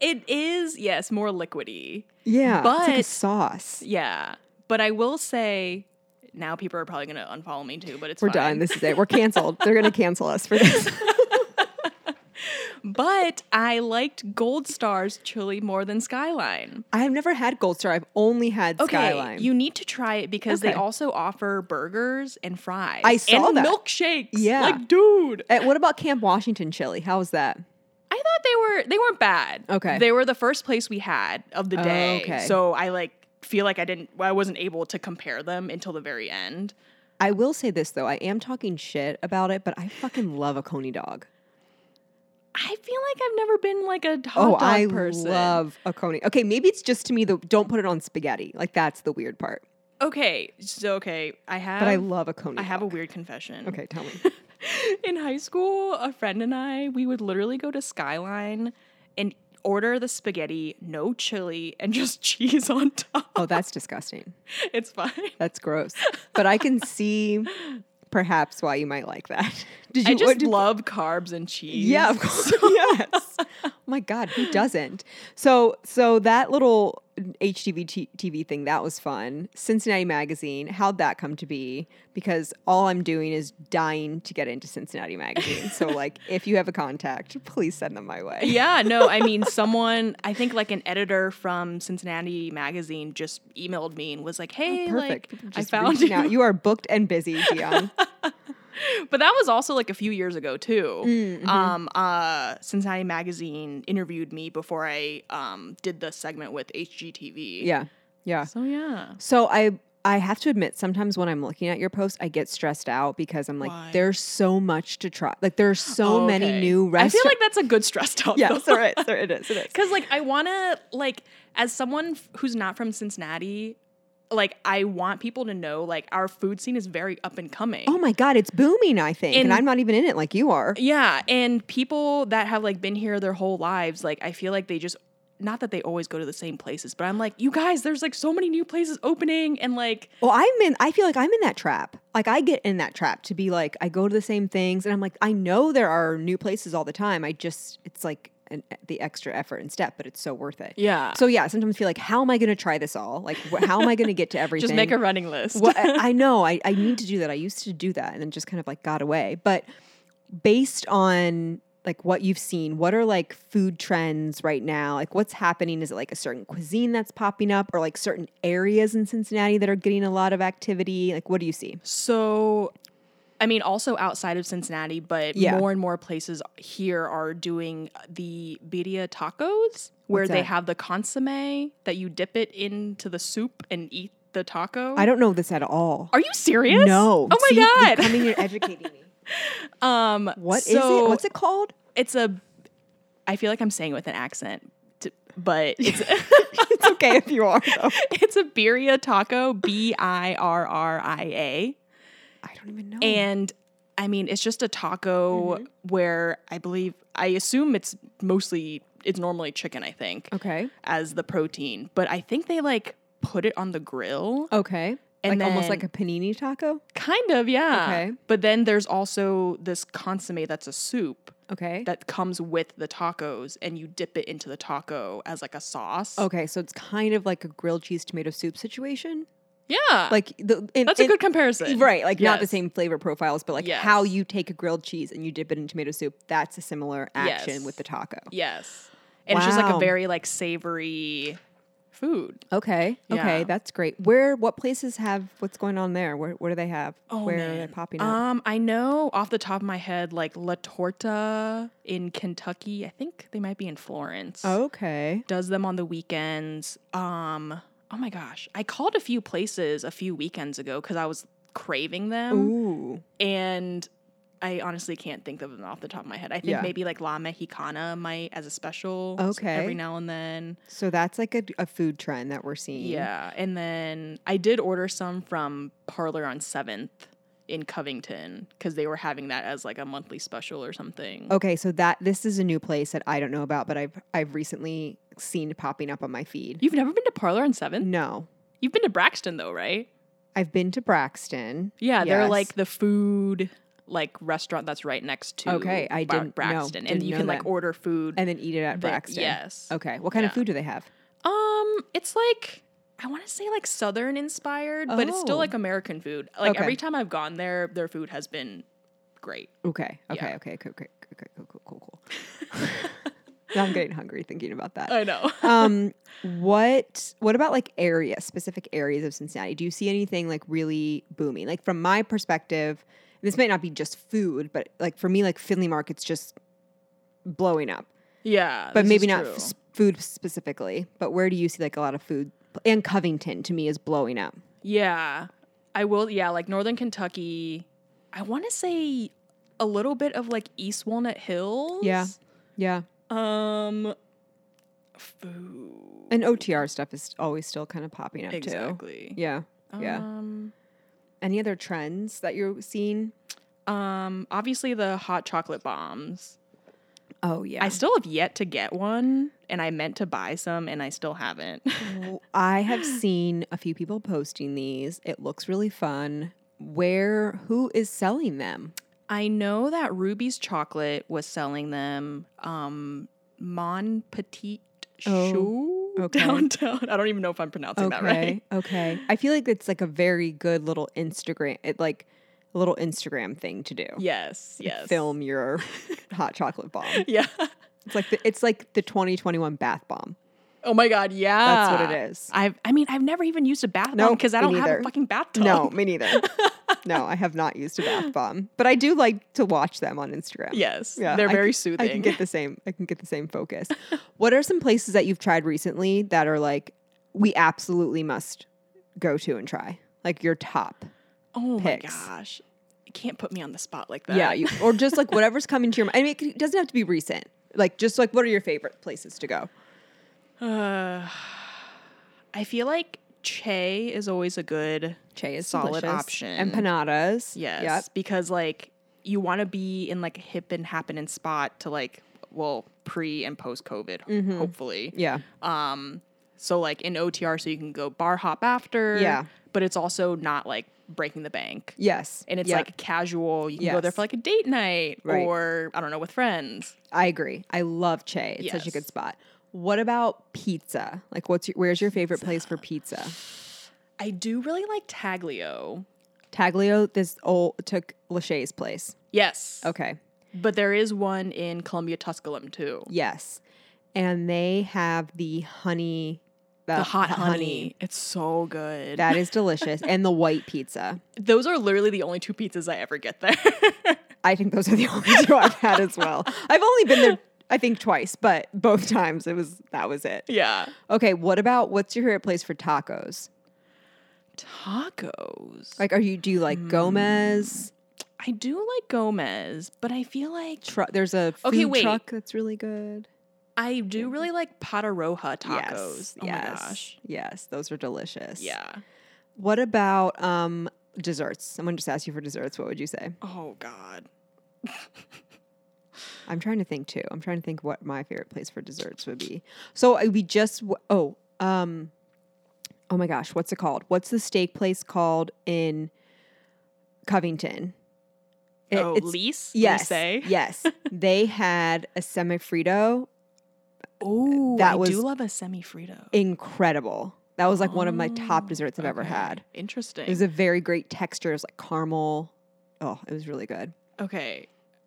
Speaker 2: It is, yes, more liquidy.
Speaker 1: yeah it's like a
Speaker 2: But-
Speaker 1: sauce
Speaker 2: Yeah. But I will say now people are probably going to unfollow me too, but it's
Speaker 1: we're
Speaker 2: fine.
Speaker 1: done this is it we're canceled they're gonna cancel us for this
Speaker 2: But I liked Gold Star's chili more than Skyline.
Speaker 1: i have never had gold star i've only had
Speaker 2: Okay,
Speaker 1: skyline
Speaker 2: you need to try it because they
Speaker 1: Okay.
Speaker 2: also offer burgers and fries.
Speaker 1: I saw
Speaker 2: and
Speaker 1: that.
Speaker 2: milkshakes.
Speaker 1: Yeah.
Speaker 2: like dude,
Speaker 1: Uh, what about camp washington chili how was that
Speaker 2: I thought they were they weren't bad.
Speaker 1: Okay.
Speaker 2: they were the first place we had of the day.
Speaker 1: Okay.
Speaker 2: so I like feel like I didn't I wasn't able to compare them until the very end.
Speaker 1: I will say this though, I am talking shit about it, but I fucking love a coney dog.
Speaker 2: I feel like I've never been like a hot
Speaker 1: Oh,
Speaker 2: dog
Speaker 1: I
Speaker 2: person.
Speaker 1: love a coney. Okay, maybe it's just to me the don't put it on spaghetti. Like that's the weird part.
Speaker 2: Okay, so okay, I have.
Speaker 1: But I love a coney.
Speaker 2: Um, I have a
Speaker 1: dog.
Speaker 2: weird confession.
Speaker 1: Okay, tell me.
Speaker 2: In high school, a friend and I, we would literally go to Skyline and order the spaghetti, no chili, and just cheese on top.
Speaker 1: Oh, that's disgusting.
Speaker 2: It's fine.
Speaker 1: That's gross. But I can see perhaps why you might like that. Did
Speaker 2: I
Speaker 1: you what
Speaker 2: just
Speaker 1: did-
Speaker 2: love carbs and cheese.
Speaker 1: Yeah, of course. yes. Oh my God, who doesn't? So, so that little HGV t- TV thing that was fun. Cincinnati Magazine, how'd that come to be? Because all I'm doing is dying to get into Cincinnati Magazine. so, like, if you have a contact, please send them my way.
Speaker 2: Yeah, no, I mean, someone, I think like an editor from Cincinnati Magazine just emailed me and was like, hey,
Speaker 1: Oh, Perfect.
Speaker 2: like,
Speaker 1: People
Speaker 2: I
Speaker 1: just
Speaker 2: found
Speaker 1: reaching
Speaker 2: you.
Speaker 1: out. You are booked and busy, Dion.
Speaker 2: But that was also like a few years ago too.
Speaker 1: Mm, mm-hmm.
Speaker 2: Um, uh, Cincinnati Magazine interviewed me before I um, did the segment with HGTV.
Speaker 1: yeah, yeah.
Speaker 2: So yeah.
Speaker 1: So I I have to admit, sometimes when I'm looking at your post, I get stressed out because I'm like,
Speaker 2: Why? Oh,
Speaker 1: there's so much to try. Like there's so many
Speaker 2: Okay.
Speaker 1: new
Speaker 2: I feel
Speaker 1: restaurants.
Speaker 2: like that's a good stress out.
Speaker 1: yes, all right, there it is. It is.
Speaker 2: Because like I want to like as someone f- who's not from Cincinnati, like I want people to know like our food scene is very up and coming.
Speaker 1: Oh my god, it's booming. I think, and,
Speaker 2: And-
Speaker 1: I'm not even in it like you are.
Speaker 2: Yeah, and people that have like been here their whole lives, like I feel like they just not that they always go to the same places, but I'm like, you guys, there's like so many new places opening and like
Speaker 1: Well, I'm in. I feel like I'm in that trap. Like I get in that trap to be like, I go to the same things, and I'm like, I know there are new places all the time. I just, it's like an, the extra effort and step, but it's so worth it.
Speaker 2: Yeah.
Speaker 1: So yeah, sometimes I feel like, how am I going to try this all? Like, wh- how am I going to get to everything?
Speaker 2: just make a running list.
Speaker 1: well, I, I know I, I need to do that. I used to do that and then just kind of like got away. But based on like what you've seen, what are like food trends right now? Like what's happening? Is it like a certain cuisine that's popping up or like certain areas in Cincinnati that are getting a lot of activity? Like what do you see?
Speaker 2: So, I mean, also outside of Cincinnati, but
Speaker 1: Yeah.
Speaker 2: more and more places here are doing the birria tacos, where
Speaker 1: What's
Speaker 2: they
Speaker 1: that?
Speaker 2: have the consomme that you dip it into the soup and eat the taco.
Speaker 1: I don't know this at all.
Speaker 2: Are you serious?
Speaker 1: No.
Speaker 2: Oh
Speaker 1: See,
Speaker 2: my
Speaker 1: You're coming here educating me.
Speaker 2: god. Um,
Speaker 1: What is
Speaker 2: so
Speaker 1: it? What's it called?
Speaker 2: It's a. I feel like I'm saying it with an accent, t- but it's
Speaker 1: It's a okay if you are, though.
Speaker 2: It's a birria taco, B I R R I A.
Speaker 1: I don't even know.
Speaker 2: And I mean, it's just a taco where I believe, I assume it's mostly, it's normally chicken, I think,
Speaker 1: okay.
Speaker 2: as the protein. But I think they like put it on the grill.
Speaker 1: Okay.
Speaker 2: And
Speaker 1: like almost
Speaker 2: then-
Speaker 1: like a panini taco.
Speaker 2: Kind of, yeah.
Speaker 1: Okay.
Speaker 2: But then there's also this consomme that's a soup
Speaker 1: Okay.
Speaker 2: that comes with the tacos and you dip it into the taco as like a sauce.
Speaker 1: okay. So it's kind of like a grilled cheese tomato soup situation.
Speaker 2: Yeah.
Speaker 1: Like the in,
Speaker 2: that's a
Speaker 1: in-
Speaker 2: good comparison.
Speaker 1: Right, like not the
Speaker 2: Yes.
Speaker 1: same flavor profiles, but like how
Speaker 2: Yes.
Speaker 1: you take a grilled cheese and you dip it in tomato soup, that's a similar action
Speaker 2: Yes.
Speaker 1: with the taco.
Speaker 2: Yes. And it's just like
Speaker 1: Wow.
Speaker 2: a very like savory food.
Speaker 1: Okay. Okay,
Speaker 2: Yeah.
Speaker 1: that's great. Where what places have what's going on there? Where what do they have? Where are they
Speaker 2: Oh, man.
Speaker 1: popping up?
Speaker 2: Um, I know off the top of my head, like La Torta in Kentucky. I think they might be in Florence.
Speaker 1: okay.
Speaker 2: does them on the weekends. Um, oh my gosh, I called a few places a few weekends ago because I was craving
Speaker 1: um,
Speaker 2: them,
Speaker 1: Ooh.
Speaker 2: and I honestly can't think of them off the top of my head. I think
Speaker 1: Yeah.
Speaker 2: maybe like La Mexicana might as a special, s-
Speaker 1: Okay.
Speaker 2: every now and then.
Speaker 1: So that's like a, a food trend that we're seeing.
Speaker 2: Yeah, and then I did order some from Parlor on Seventh in Covington because they were having that as like a monthly special or something.
Speaker 1: Okay, so that this is a new place that I don't know about, but I've I've recently seen popping up on my feed.
Speaker 2: You've never been to Parlor on Seventh?
Speaker 1: No.
Speaker 2: You've been to Braxton though, right?
Speaker 1: I've been to Braxton.
Speaker 2: Yeah, they're
Speaker 1: Yes.
Speaker 2: like the food like restaurant that's right next to
Speaker 1: Okay, I
Speaker 2: Bar-
Speaker 1: didn't- no,
Speaker 2: Braxton, and
Speaker 1: didn't
Speaker 2: you
Speaker 1: know
Speaker 2: can like
Speaker 1: that.
Speaker 2: order food.
Speaker 1: and then eat it at
Speaker 2: that-
Speaker 1: Braxton.
Speaker 2: yes.
Speaker 1: Okay. What kind of
Speaker 2: Yeah.
Speaker 1: food do they have?
Speaker 2: um, it's like I want to say like Southern inspired, but it's still
Speaker 1: Oh.
Speaker 2: like American food. Like
Speaker 1: Okay.
Speaker 2: every time I've gone there, their food has been great.
Speaker 1: Okay. Okay.
Speaker 2: Yeah.
Speaker 1: Okay. Cool. Cool. Okay. Cool. Cool. Cool. Cool. now I'm getting hungry thinking about that.
Speaker 2: I know.
Speaker 1: Um, what what about like area specific areas of Cincinnati? Do you see anything like really booming? Like from my perspective, this might not be just food, but like for me, like Finley Market's just blowing up.
Speaker 2: yeah,
Speaker 1: But
Speaker 2: this
Speaker 1: maybe
Speaker 2: is
Speaker 1: not
Speaker 2: true.
Speaker 1: f- food specifically. But where do you see like a lot of food? And Covington to me is blowing up.
Speaker 2: yeah, I will. Yeah, like Northern Kentucky. I want to say a little bit of like East Walnut Hills.
Speaker 1: Yeah. Yeah.
Speaker 2: Um, food.
Speaker 1: And OTR stuff is always still kind of popping up too.
Speaker 2: Exactly.
Speaker 1: Yeah. Yeah.
Speaker 2: Um,
Speaker 1: Any other trends that you're seeing?
Speaker 2: um, obviously the hot chocolate bombs.
Speaker 1: Oh yeah.
Speaker 2: I still have yet to get one, and I meant to buy some, and I still haven't.
Speaker 1: W- I have seen a few people posting these. It looks really fun. Where who is selling them?
Speaker 2: I know that Ruby's Chocolate was selling them. Um, Mon Petite
Speaker 1: Oh,
Speaker 2: Chou
Speaker 1: okay.
Speaker 2: downtown. I don't even know if I'm pronouncing that right.
Speaker 1: Okay. I feel like it's like a very good little Instagram it like a little Instagram thing to do.
Speaker 2: Yes. Yes.
Speaker 1: Film your hot chocolate bomb.
Speaker 2: Yeah.
Speaker 1: It's like the, it's like the 2021 bath bomb.
Speaker 2: Oh my God. Yeah.
Speaker 1: That's what
Speaker 2: Ah.
Speaker 1: it is.
Speaker 2: I've. I mean, I've never even used a bath
Speaker 1: Nope,
Speaker 2: because I
Speaker 1: me
Speaker 2: don't have
Speaker 1: neither.
Speaker 2: a fucking bathtub.
Speaker 1: No, me neither. no, I have not used a bath bomb, but I do like to watch them on Instagram.
Speaker 2: Yes.
Speaker 1: Yeah,
Speaker 2: They're
Speaker 1: I
Speaker 2: very
Speaker 1: can-
Speaker 2: soothing.
Speaker 1: I can get the same. I can get the same focus. what are some places that you've tried recently that are like we absolutely must go to and try? Like your top.
Speaker 2: Oh
Speaker 1: picks.
Speaker 2: my gosh. You can't put me on the spot like that.
Speaker 1: Yeah, you, or just like whatever's coming to your mind. I mean, it c- it doesn't have to be recent. Like just like what are your favorite places to go?
Speaker 2: Uh, I feel like Che is always a good
Speaker 1: Che is
Speaker 2: solid
Speaker 1: delicious.
Speaker 2: option.
Speaker 1: Empanadas.
Speaker 2: yes
Speaker 1: Yep.
Speaker 2: because like you want to be in like a hip and happening spot to like well pre and post COVID
Speaker 1: Mm-hmm.
Speaker 2: hopefully.
Speaker 1: Yeah.
Speaker 2: Um, so like in OTR, so you can go bar hop after.
Speaker 1: Yeah.
Speaker 2: but it's also not like breaking the bank.
Speaker 1: Yes.
Speaker 2: And it's
Speaker 1: Yep.
Speaker 2: like casual. You can go there
Speaker 1: Yes.
Speaker 2: for like a date night
Speaker 1: Right.
Speaker 2: or I don't know with friends.
Speaker 1: I agree. I love Che. It's such a good
Speaker 2: Yes.
Speaker 1: spot. What about pizza? Like, what's your, where's your favorite place for pizza?
Speaker 2: I do really like Taglio.
Speaker 1: Taglio. This old took Lachey's place.
Speaker 2: Yes.
Speaker 1: Okay.
Speaker 2: But there is one in Columbia Tusculum too.
Speaker 1: Yes, and they have the honey,
Speaker 2: The hot honey. It's so good.
Speaker 1: that is delicious, and the white pizza.
Speaker 2: Those are literally the only two pizzas I ever get there.
Speaker 1: I think those are the only two I've had as well. I've only been there, I think, twice, but both times it was that was it.
Speaker 2: yeah.
Speaker 1: Okay, what about what's your favorite place for tacos?
Speaker 2: Tacos.
Speaker 1: Like, are you do you like
Speaker 2: Hmm.
Speaker 1: Gomez?
Speaker 2: I do like Gomez, but I feel like
Speaker 1: Tru- there's a food
Speaker 2: Okay, wait.
Speaker 1: truck that's really good.
Speaker 2: I do really like pata roja tacos.
Speaker 1: Yes.
Speaker 2: oh
Speaker 1: yes.
Speaker 2: my gosh.
Speaker 1: Yes. Those are delicious.
Speaker 2: Yeah.
Speaker 1: What about um desserts? Someone just asked you for desserts. What would you say?
Speaker 2: Oh God.
Speaker 1: I'm trying to think too. I'm trying to think what my favorite place for desserts would be. So uh, we just w- oh um oh my gosh, what's it called? What's the steak place called in Covington? It-
Speaker 2: oh,
Speaker 1: it's-
Speaker 2: Lise.
Speaker 1: yes,
Speaker 2: Lise?
Speaker 1: yes. They had a semifrito,
Speaker 2: Oh,
Speaker 1: That
Speaker 2: I
Speaker 1: was-
Speaker 2: do love a semi Frito.
Speaker 1: incredible. That was like one of my top
Speaker 2: Oh,
Speaker 1: desserts I've ever
Speaker 2: okay.
Speaker 1: had.
Speaker 2: Interesting.
Speaker 1: It was a very great texture. It was like caramel. Oh, it was really good.
Speaker 2: okay.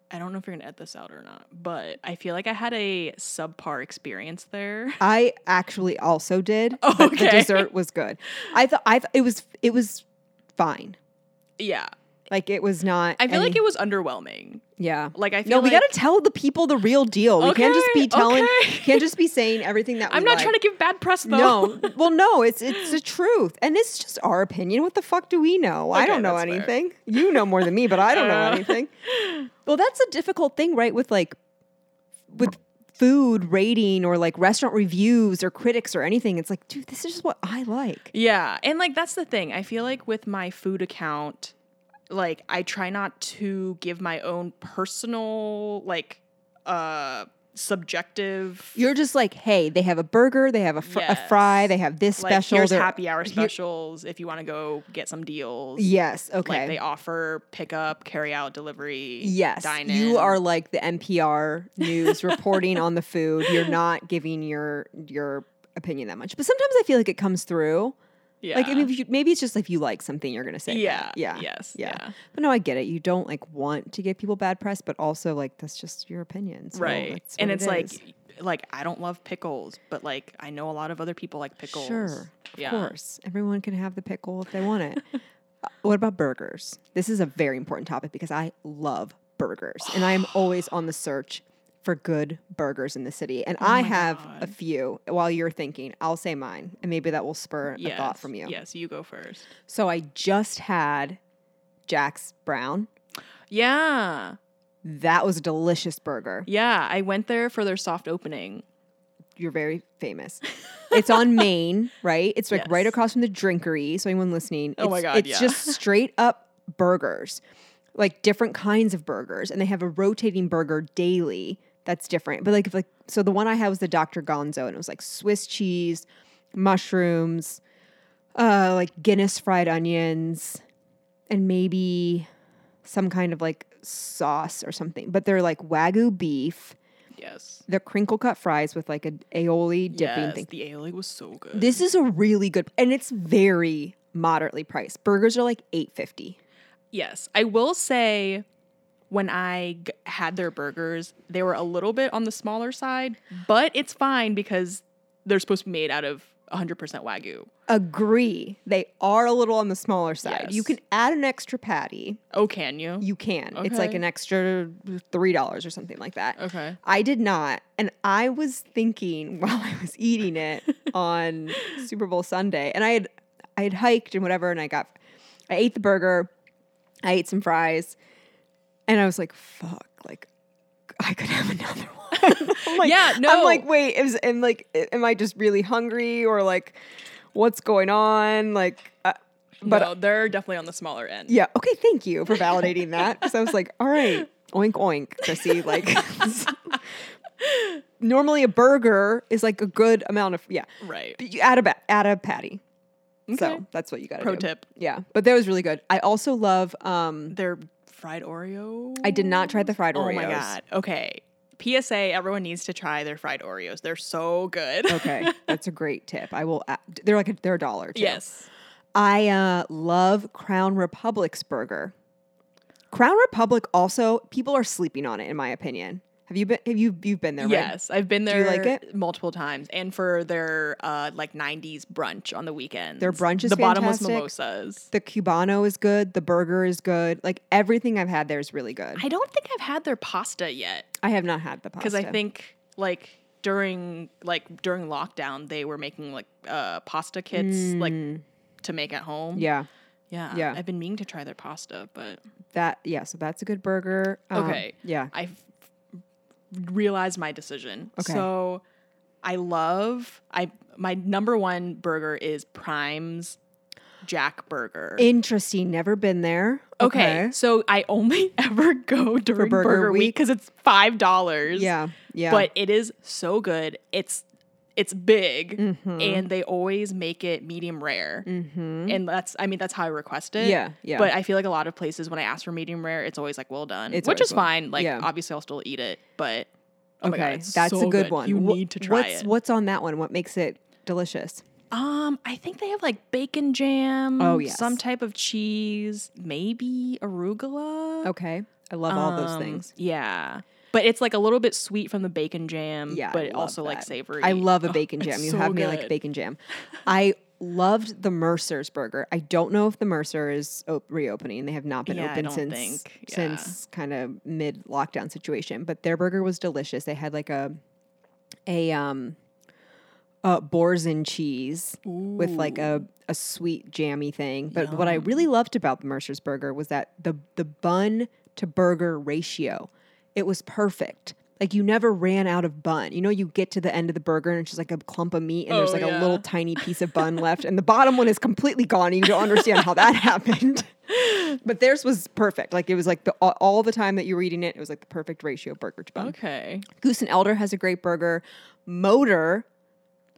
Speaker 2: I don't know if you're gonna edit this out or not, but I feel like I had a subpar experience there.
Speaker 1: I actually also did.
Speaker 2: Oh,
Speaker 1: but the
Speaker 2: okay.
Speaker 1: dessert was good. I thought I th- it was it was fine.
Speaker 2: yeah.
Speaker 1: Like it was not.
Speaker 2: I feel like it was underwhelming.
Speaker 1: Yeah.
Speaker 2: Like I feel
Speaker 1: No, we
Speaker 2: like
Speaker 1: gotta tell the people the real deal. We can't just be
Speaker 2: Okay,
Speaker 1: telling.
Speaker 2: okay.
Speaker 1: Can't just be saying everything that.
Speaker 2: I'm
Speaker 1: we
Speaker 2: not
Speaker 1: like.
Speaker 2: trying to give bad press though.
Speaker 1: No. Well, no. It's it's the truth, and it's just our opinion. What the fuck do we know? I
Speaker 2: Okay,
Speaker 1: don't know
Speaker 2: that's fair.
Speaker 1: anything. You know more than me, but I don't know
Speaker 2: Uh.
Speaker 1: anything. Well, that's a difficult thing, right? With like, with food rating or like restaurant reviews or critics or anything. It's like, dude, this is just what I like.
Speaker 2: Yeah. And like that's the thing. I feel like with my food account, like I try not to give my own personal like uh subjective
Speaker 1: You're just like, hey, they have a burger, they have a, fr- a fry,
Speaker 2: Yes.
Speaker 1: they have this
Speaker 2: like
Speaker 1: special.
Speaker 2: here's
Speaker 1: they're-
Speaker 2: happy hour
Speaker 1: here-
Speaker 2: specials if you want to go get some deals.
Speaker 1: Yes. Okay.
Speaker 2: Like they offer pickup, carry out, delivery.
Speaker 1: yes.
Speaker 2: dine in.
Speaker 1: You are like the NPR news reporting on the food. You're not giving your your opinion that much. But sometimes I feel like it comes through.
Speaker 2: yeah.
Speaker 1: Like I mean, if you, maybe it's just like you like something, you're gonna say. that.
Speaker 2: yeah,
Speaker 1: Yeah.
Speaker 2: yes,
Speaker 1: Yeah.
Speaker 2: yeah,
Speaker 1: But no, I get it. You don't like want to give people bad press, but also like that's just your opinion. So
Speaker 2: right.
Speaker 1: that's
Speaker 2: And
Speaker 1: what
Speaker 2: it's
Speaker 1: it
Speaker 2: like,
Speaker 1: is.
Speaker 2: like I don't love pickles, but like I know a lot of other people like pickles.
Speaker 1: Sure. Of
Speaker 2: yeah.
Speaker 1: course. Everyone can have the pickle if they want it. Uh, what about burgers? This is a very important topic because I love burgers and I am always on the search for good burgers in the city. And I
Speaker 2: Oh my
Speaker 1: have a
Speaker 2: God.
Speaker 1: few while you're thinking. I'll say mine and maybe that will spur a thought
Speaker 2: Yes,
Speaker 1: from you.
Speaker 2: Yes, you go first.
Speaker 1: So I just had Jack's Brown.
Speaker 2: Yeah,
Speaker 1: That was a delicious burger.
Speaker 2: yeah. I went there for their soft opening.
Speaker 1: You're very famous. It's on Main, right? It's like right
Speaker 2: Yes.
Speaker 1: across from the drinkery. So anyone listening,
Speaker 2: Oh my
Speaker 1: it's-
Speaker 2: God,
Speaker 1: it's
Speaker 2: yeah.
Speaker 1: just straight up burgers, like different kinds of burgers, and they have a rotating burger daily that's different. But like if like so, the one I had was the Dr. Gonzo, and it was like Swiss cheese, mushrooms, uh, like Guinness fried onions, and maybe some kind of like sauce or something. But they're like wagyu beef.
Speaker 2: Yes.
Speaker 1: the crinkle cut fries with like an aioli dipping
Speaker 2: yes,
Speaker 1: thing.
Speaker 2: the aioli was so good.
Speaker 1: This is a really good and it's very moderately priced. Burgers are like 850.
Speaker 2: Yes, I will say when I g- had their burgers, they were a little bit on the smaller side, but it's fine because they're supposed to be made out of 100% wagyu.
Speaker 1: Agree. They are a little on the smaller side. You
Speaker 2: Yes.
Speaker 1: can add an extra patty.
Speaker 2: Oh, can you?
Speaker 1: You can. It's like
Speaker 2: Okay.
Speaker 1: an extra $3 or something like that.
Speaker 2: okay.
Speaker 1: I did not. And I was thinking while I was eating it on Super Bowl Sunday, and I had I had hiked and whatever, and I got I ate the burger, I ate some fries, and I was like, fuck, like I could have another one. I'm like,
Speaker 2: Yeah,
Speaker 1: I'm
Speaker 2: no.
Speaker 1: like, wait, is am like am I just really hungry or like what's going on? Like uh, but
Speaker 2: But no, they're definitely on the smaller end.
Speaker 1: yeah. Okay. Thank you for validating that. Because I was like, all right, oink oink, Chrissy. Like, normally a burger is like a good amount of yeah.
Speaker 2: Right.
Speaker 1: But you add a ba- add a patty.
Speaker 2: Okay.
Speaker 1: So that's what you got to do.
Speaker 2: Pro tip.
Speaker 1: Yeah, but that was really good. I also love. um
Speaker 2: They're fried Oreo.
Speaker 1: I did not try the fried Oreos.
Speaker 2: Oh my god. Okay. PSA, everyone needs to try their fried Oreos. They're so good.
Speaker 1: Okay, that's a great tip. I will. Add, they're like a, they're a dollar. Too.
Speaker 2: yes.
Speaker 1: I uh, love Crown Republic's burger. Crown Republic also people are sleeping on it, in my opinion. Have you been? Have you you've been there? right?
Speaker 2: Yes, I've been
Speaker 1: you
Speaker 2: there
Speaker 1: like it?
Speaker 2: multiple times, and for their uh, like '90s brunch on the weekends.
Speaker 1: Their brunch is
Speaker 2: the bottomless
Speaker 1: fantastic.
Speaker 2: mimosas.
Speaker 1: The cubano is good. The burger is good. Like everything I've had there is really good.
Speaker 2: I don't think I've had their pasta yet
Speaker 1: I have not had the pasta
Speaker 2: because I think like during like during lockdown they were making like uh, pasta kits like to make at home.
Speaker 1: Mm. yeah
Speaker 2: yeah,
Speaker 1: yeah.
Speaker 2: I've been meaning to try their pasta, but
Speaker 1: that yeah. So that's a good burger. Um,
Speaker 2: Okay.
Speaker 1: Yeah.
Speaker 2: I f- realized my decision.
Speaker 1: Okay.
Speaker 2: So I love I my number one burger is Prime's Jack Burger.
Speaker 1: Interesting. Never been there.
Speaker 2: okay. So I only ever go during
Speaker 1: Burger
Speaker 2: Burger,
Speaker 1: Week?
Speaker 2: Week because it's five dollars.
Speaker 1: Yeah. Yeah.
Speaker 2: But it is so good. It's it's big and they always make it medium rare.
Speaker 1: mm-hmm.
Speaker 2: And that's I mean that's how I request it.
Speaker 1: Yeah, yeah.
Speaker 2: But I feel like a lot of places when I ask for medium rare, it's always like well done.
Speaker 1: It's
Speaker 2: which
Speaker 1: always
Speaker 2: is
Speaker 1: well-
Speaker 2: fine. Like
Speaker 1: yeah.
Speaker 2: obviously I'll still eat it, but oh my
Speaker 1: okay,
Speaker 2: God, it's
Speaker 1: that's a
Speaker 2: so
Speaker 1: good one.
Speaker 2: You
Speaker 1: Wha-
Speaker 2: need to try
Speaker 1: what's,
Speaker 2: it.
Speaker 1: What's on that one? What makes it delicious?
Speaker 2: Um, I think they have like bacon jam.
Speaker 1: Oh, yes.
Speaker 2: some type of cheese, maybe arugula.
Speaker 1: Okay, I love all those
Speaker 2: Um,
Speaker 1: things.
Speaker 2: Yeah, but it's like a little bit sweet from the bacon jam.
Speaker 1: Yeah, I
Speaker 2: but
Speaker 1: love
Speaker 2: also like
Speaker 1: that.
Speaker 2: savory.
Speaker 1: I love a
Speaker 2: Oh,
Speaker 1: bacon
Speaker 2: it's
Speaker 1: jam. You
Speaker 2: so
Speaker 1: have me like
Speaker 2: good.
Speaker 1: bacon jam. I loved the Mercer's burger. I don't know if the Mercer is op- reopening. They have not been
Speaker 2: Yeah, I
Speaker 1: open
Speaker 2: don't
Speaker 1: since
Speaker 2: think- yeah.
Speaker 1: since kind of mid lockdown situation. But their burger was delicious. They had like a a um uh, boars and cheese with like a, a sweet jammy thing. But what I really loved about the Mercer's burger was that the the bun to burger ratio, it was perfect. Like you never ran out of bun. You know, you get to the end of the burger and it's just like a clump of meat, and there's
Speaker 2: Oh,
Speaker 1: like a
Speaker 2: yeah.
Speaker 1: little tiny piece of bun left, and the bottom one is completely gone. And you don't understand how that happened. But theirs was perfect. Like it was like the all, all the time that you were eating it, it was like the perfect ratio of burger to bun.
Speaker 2: Okay.
Speaker 1: Goose and Elder has a great burger. Motor,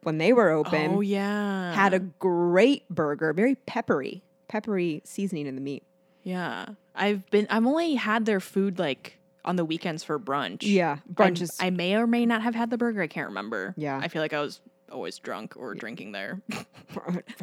Speaker 1: when they were open,
Speaker 2: Oh yeah.
Speaker 1: had a great burger, very peppery, peppery seasoning in the meat.
Speaker 2: yeah. I've been. I've only had their food like on the weekends for brunch.
Speaker 1: brunch
Speaker 2: I,
Speaker 1: is.
Speaker 2: I may or may not have had the burger. I can't remember.
Speaker 1: Yeah.
Speaker 2: I feel like I was always drunk or drinking there.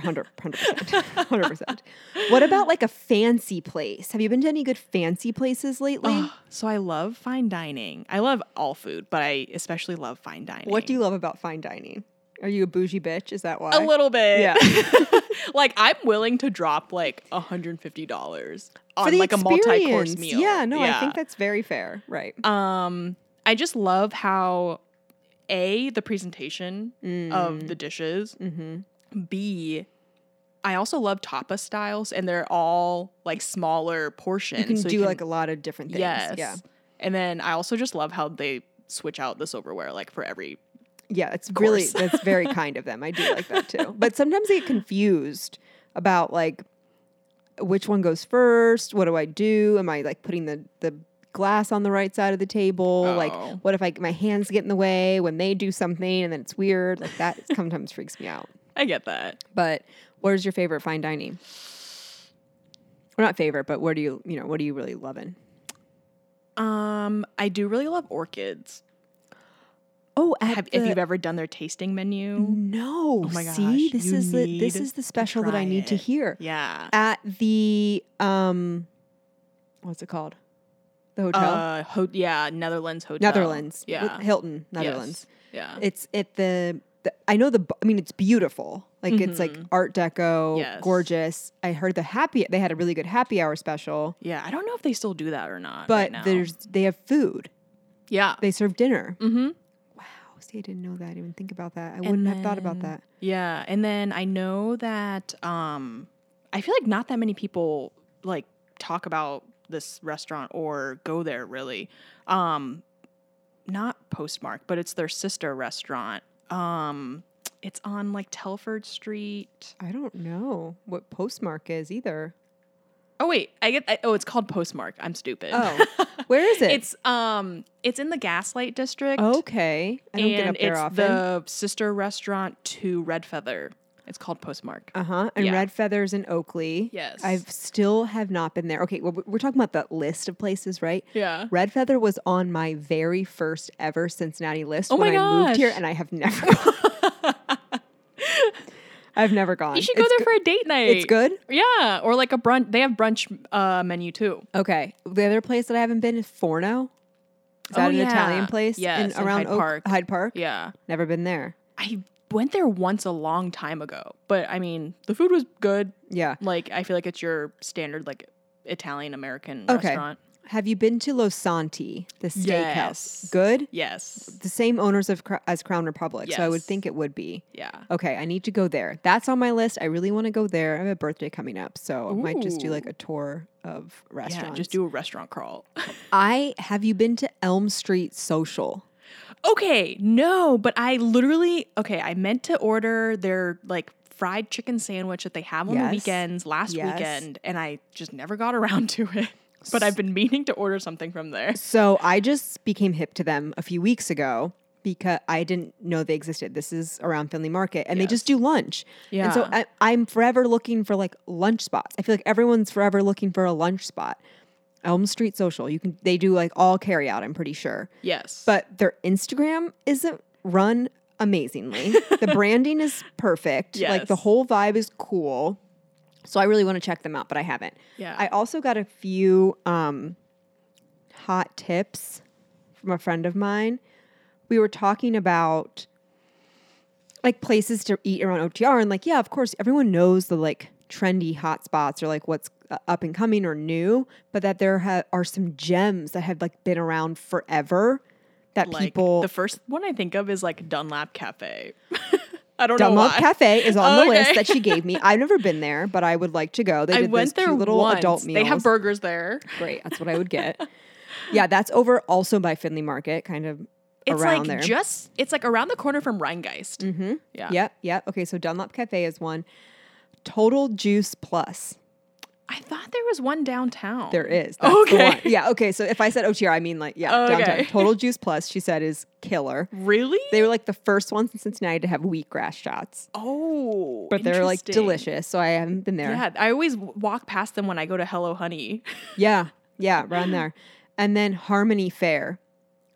Speaker 1: hundred percent, hundred percent. What about like a fancy place? Have you been to any good fancy places lately?
Speaker 2: so I love fine dining. I love all food, but I especially love fine dining.
Speaker 1: what do you love about fine dining? Are you a bougie bitch? Is that why?
Speaker 2: A little bit.
Speaker 1: Yeah.
Speaker 2: like I'm willing to drop like $150
Speaker 1: For
Speaker 2: on
Speaker 1: the
Speaker 2: like a multi-course
Speaker 1: experience.
Speaker 2: meal.
Speaker 1: Yeah, no, I think that's very fair. Right.
Speaker 2: um I just love how A, the presentation
Speaker 1: Mm.
Speaker 2: of the dishes.
Speaker 1: Mm-hmm.
Speaker 2: B I also love tapa styles and they're all like smaller portions.
Speaker 1: you can
Speaker 2: so
Speaker 1: do
Speaker 2: you can
Speaker 1: like a lot of different things.
Speaker 2: Yes.
Speaker 1: Yeah.
Speaker 2: And then I also just love how they switch out the silverware like for every
Speaker 1: Yeah, it's really
Speaker 2: course.
Speaker 1: that's very kind of them. I do like that too. But sometimes they get confused about like which one goes first? What do I do? Am I like putting the the glass on the right side of the table? Like
Speaker 2: Oh.
Speaker 1: what if I my hands get in the way when they do something and then it's weird? Like that sometimes freaks me out.
Speaker 2: I get that.
Speaker 1: But where's your favorite fine dining? Well, not favorite, but where do you you know what do you really loving?
Speaker 2: Um I do really love orchids.
Speaker 1: Oh, at
Speaker 2: Have if you've ever done their tasting menu?
Speaker 1: no,
Speaker 2: Oh my gosh,
Speaker 1: see this
Speaker 2: you
Speaker 1: is the this
Speaker 2: need
Speaker 1: is the special that I
Speaker 2: try
Speaker 1: need to
Speaker 2: it.
Speaker 1: hear.
Speaker 2: Yeah.
Speaker 1: at the um what's it called the hotel
Speaker 2: Uh ho- yeah, Netherlands hotel.
Speaker 1: netherlands With
Speaker 2: Yeah.
Speaker 1: hilton
Speaker 2: Yes. Um,
Speaker 1: netherlands
Speaker 2: Yeah.
Speaker 1: it's at the, the i know the bu- i mean it's beautiful like it's like art deco
Speaker 2: Mm-hmm. Yes.
Speaker 1: gorgeous i heard the happy they had a really good happy hour special
Speaker 2: yeah, I don't know if they still do that or not.
Speaker 1: but
Speaker 2: right now.
Speaker 1: there's Mm-hmm. they have food
Speaker 2: Yeah.
Speaker 1: they serve dinner
Speaker 2: Mhm.
Speaker 1: wow see i didn't know that i didn't think about that i wouldn't have thought about that
Speaker 2: Yeah, and then I know that um I feel like not that many people like talk about this restaurant or go there really. Um not Postmark, but it's their sister restaurant. Um it's on like Telford Street.
Speaker 1: i don't know what postmark is either
Speaker 2: Oh wait, I get I, oh it's called Postmark. I'm stupid.
Speaker 1: oh where is it
Speaker 2: it's um it's in the Gaslight district.
Speaker 1: Oh, okay i don't
Speaker 2: and
Speaker 1: get up there
Speaker 2: it's
Speaker 1: often
Speaker 2: the sister restaurant to Red Feather. It's called Postmark.
Speaker 1: Uh huh. And
Speaker 2: Yeah.
Speaker 1: Red Feathers in Oakley.
Speaker 2: Yes.
Speaker 1: I've still have not been there. Okay, well, we- we're talking about that list of places, right?
Speaker 2: yeah.
Speaker 1: Red Feather was on my very first ever Cincinnati list
Speaker 2: Oh
Speaker 1: when
Speaker 2: my
Speaker 1: I moved here,
Speaker 2: gosh.
Speaker 1: and I have never gone. I've never gone.
Speaker 2: You should go
Speaker 1: It's
Speaker 2: there
Speaker 1: go-
Speaker 2: for a date night.
Speaker 1: It's good.
Speaker 2: Yeah, or like a brunch. They have brunch uh, menu too.
Speaker 1: Okay. The other place that I haven't been is Forno. Is that
Speaker 2: Oh,
Speaker 1: an
Speaker 2: yeah.
Speaker 1: Italian place?
Speaker 2: Yes, in
Speaker 1: around
Speaker 2: Hyde
Speaker 1: Oak-
Speaker 2: Park.
Speaker 1: Hyde Park.
Speaker 2: Yeah,
Speaker 1: Never been there.
Speaker 2: I went there once a long time ago, but I mean the food was good.
Speaker 1: Yeah.
Speaker 2: Like I feel like it's your standard like Italian American
Speaker 1: Okay.
Speaker 2: restaurant.
Speaker 1: Have you been to Losanti, the steakhouse?
Speaker 2: Yes.
Speaker 1: Good.
Speaker 2: Yes.
Speaker 1: The same owners of Cro- as Crown Republic, so I would
Speaker 2: Yes.
Speaker 1: think it would be.
Speaker 2: Yeah.
Speaker 1: Okay, I need to go there. That's on my list. I really want to go there. I have a birthday coming up, so I might just do
Speaker 2: Ooh.
Speaker 1: like a tour of restaurants.
Speaker 2: Yeah. Just do a restaurant crawl.
Speaker 1: I have you been to Elm Street Social?
Speaker 2: okay. No, but I literally, okay, I meant to order their like fried chicken sandwich that they have on
Speaker 1: Yes.
Speaker 2: the weekends last
Speaker 1: Yes.
Speaker 2: weekend, and I just never got around to it. But I've been meaning to order something from there.
Speaker 1: So I just became hip to them a few weeks ago because I didn't know they existed. This is around Finley Market, and they just do lunch. And so
Speaker 2: Yeah.
Speaker 1: I, I'm forever looking for like lunch spots. I feel like everyone's forever looking for a lunch spot. Elm Street Social. You can they do like all carry out. I'm pretty sure.
Speaker 2: Yes.
Speaker 1: but their Instagram isn't run amazingly. the branding is perfect. Like the
Speaker 2: Yes.
Speaker 1: whole vibe is cool. So I really want to check them out, but I haven't.
Speaker 2: Yeah.
Speaker 1: I also got a few um, hot tips from a friend of mine. We were talking about like places to eat around OTR and like yeah, of course everyone knows the like trendy hot spots or like what's uh, up and coming or new, but that there ha- are some gems that have like been around forever that
Speaker 2: like
Speaker 1: people
Speaker 2: the first one I think of is like Dunlap Cafe. I don't know
Speaker 1: Dunlop
Speaker 2: why.
Speaker 1: Cafe is on the
Speaker 2: Okay.
Speaker 1: list that she gave me. I've never been there, but I would like to go. They
Speaker 2: I
Speaker 1: did
Speaker 2: went
Speaker 1: this
Speaker 2: there
Speaker 1: cute little
Speaker 2: once.
Speaker 1: adult meals.
Speaker 2: They have burgers there.
Speaker 1: Great, that's what I would get. yeah, that's over also by Finley Market, kind of
Speaker 2: It's
Speaker 1: around
Speaker 2: like
Speaker 1: there. Mm.
Speaker 2: just it's like around the corner from Rheingeist. Mm-hmm. Yeah.
Speaker 1: Yep, yep. Okay, so Dunlop Cafe is one. Total Juice Plus.
Speaker 2: I thought there was one downtown.
Speaker 1: There is. That's the
Speaker 2: Okay.
Speaker 1: one. Yeah. Okay. So if I said OTR, I mean like yeah, downtown.
Speaker 2: Okay.
Speaker 1: Total Juice Plus. She said is killer.
Speaker 2: Really?
Speaker 1: They were like the first ones in Cincinnati to have wheatgrass shots,
Speaker 2: oh.
Speaker 1: but they're like
Speaker 2: interesting.
Speaker 1: delicious. So I haven't been there.
Speaker 2: Yeah, I always w- walk past them when I go to Hello Honey.
Speaker 1: Yeah. Yeah. Around there, and then Harmony Fair.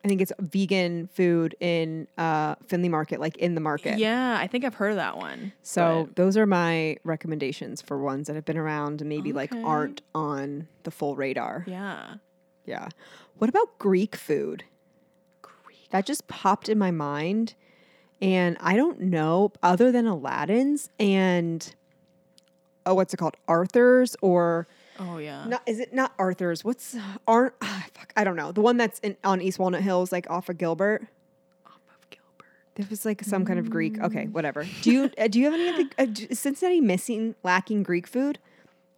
Speaker 1: I think it's vegan food in uh, Finley Market, like in the market.
Speaker 2: Yeah, I think I've heard of that one.
Speaker 1: So those are my recommendations for ones that have been around and maybe like
Speaker 2: Okay.
Speaker 1: aren't on the full radar.
Speaker 2: but- yeah.
Speaker 1: Yeah. What about Greek food?
Speaker 2: Greek.
Speaker 1: That just popped in my mind. And I don't know, other than Aladdin's and oh, what's it called? Arthur's or
Speaker 2: Oh yeah.
Speaker 1: not, is it not Arthur's? What's Ar- ah, fuck, I don't know. The one that's in, on East Walnut Hills, like off of Gilbert.
Speaker 2: Off of Gilbert. Mm.
Speaker 1: There was like some kind of Greek. Okay, whatever. Do you uh, do you have any of the uh, d- is Cincinnati missing lacking Greek food?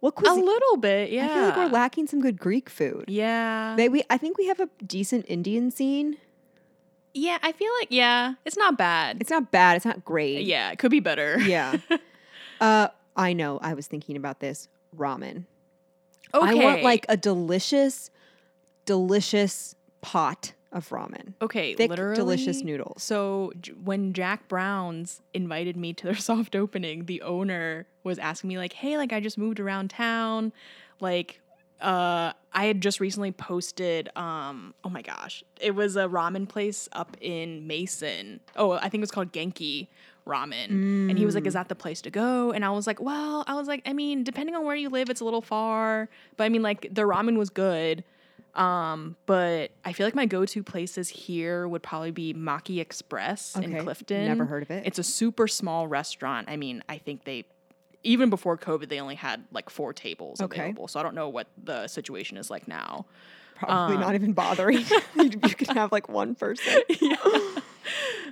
Speaker 1: What
Speaker 2: A
Speaker 1: cuisine?
Speaker 2: little bit, Oh, yeah.
Speaker 1: I feel like we're lacking some good Greek food.
Speaker 2: Yeah.
Speaker 1: They, we, I think we have a decent Indian scene.
Speaker 2: yeah, I feel like yeah, it's not bad.
Speaker 1: It's not bad. It's not great.
Speaker 2: yeah, it could be better.
Speaker 1: Yeah. uh, I know. I was thinking about this ramen.
Speaker 2: okay.
Speaker 1: I want like a delicious, delicious pot of ramen.
Speaker 2: okay,
Speaker 1: Thick,
Speaker 2: literally
Speaker 1: delicious noodles.
Speaker 2: So j- when Jack Brown's invited me to their soft opening, the owner was asking me like, "Hey, like I just moved around town, like." Uh, I had just recently posted. Um, oh my gosh, it was a ramen place up in Mason. Oh, I think it was called Genki Ramen. And he was like, "Is that the place to go?" And I was like, "Well, I was like, I mean, depending on where you live, it's a little far, but I mean, like, the ramen was good." Um, but I feel like my go-to places here would probably be Maki Express
Speaker 1: Okay,
Speaker 2: in Clifton.
Speaker 1: never heard of it.
Speaker 2: It's a super small restaurant. I mean, I think they even before COVID they only had like four tables
Speaker 1: Okay.
Speaker 2: available. So I don't know what the situation is like now.
Speaker 1: Probably
Speaker 2: um,
Speaker 1: not even bothering. you, you can have like one person.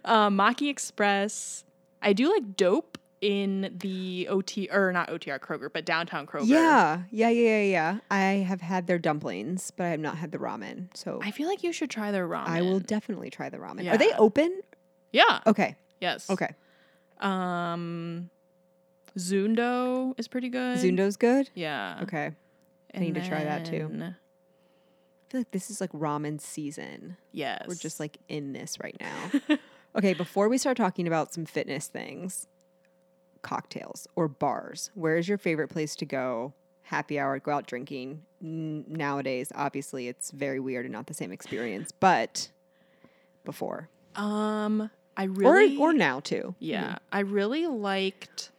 Speaker 2: Uh, Maki Express. I do like dope in the OT or not OTR Kroger, but downtown Kroger.
Speaker 1: Yeah, yeah, yeah, yeah, yeah. I have had their dumplings, but I have not had the ramen. So
Speaker 2: I feel like you should try their ramen.
Speaker 1: I, will definitely try the ramen. Are they
Speaker 2: Yeah.
Speaker 1: open?
Speaker 2: Yeah.
Speaker 1: Okay,
Speaker 2: Yes.
Speaker 1: okay.
Speaker 2: Um Zundo is pretty good.
Speaker 1: Zundo's good.
Speaker 2: Yeah.
Speaker 1: Okay, need to try that too.
Speaker 2: then-
Speaker 1: I feel like this is like ramen season.
Speaker 2: Yes.
Speaker 1: We're just like in this right now. okay, before we start talking about some fitness things, cocktails or bars, where is your favorite place to go? Happy hour, go out drinking. N- Nowadays, obviously, it's very weird and not the same experience, but before
Speaker 2: um I really
Speaker 1: or or now too.
Speaker 2: Yeah. I really liked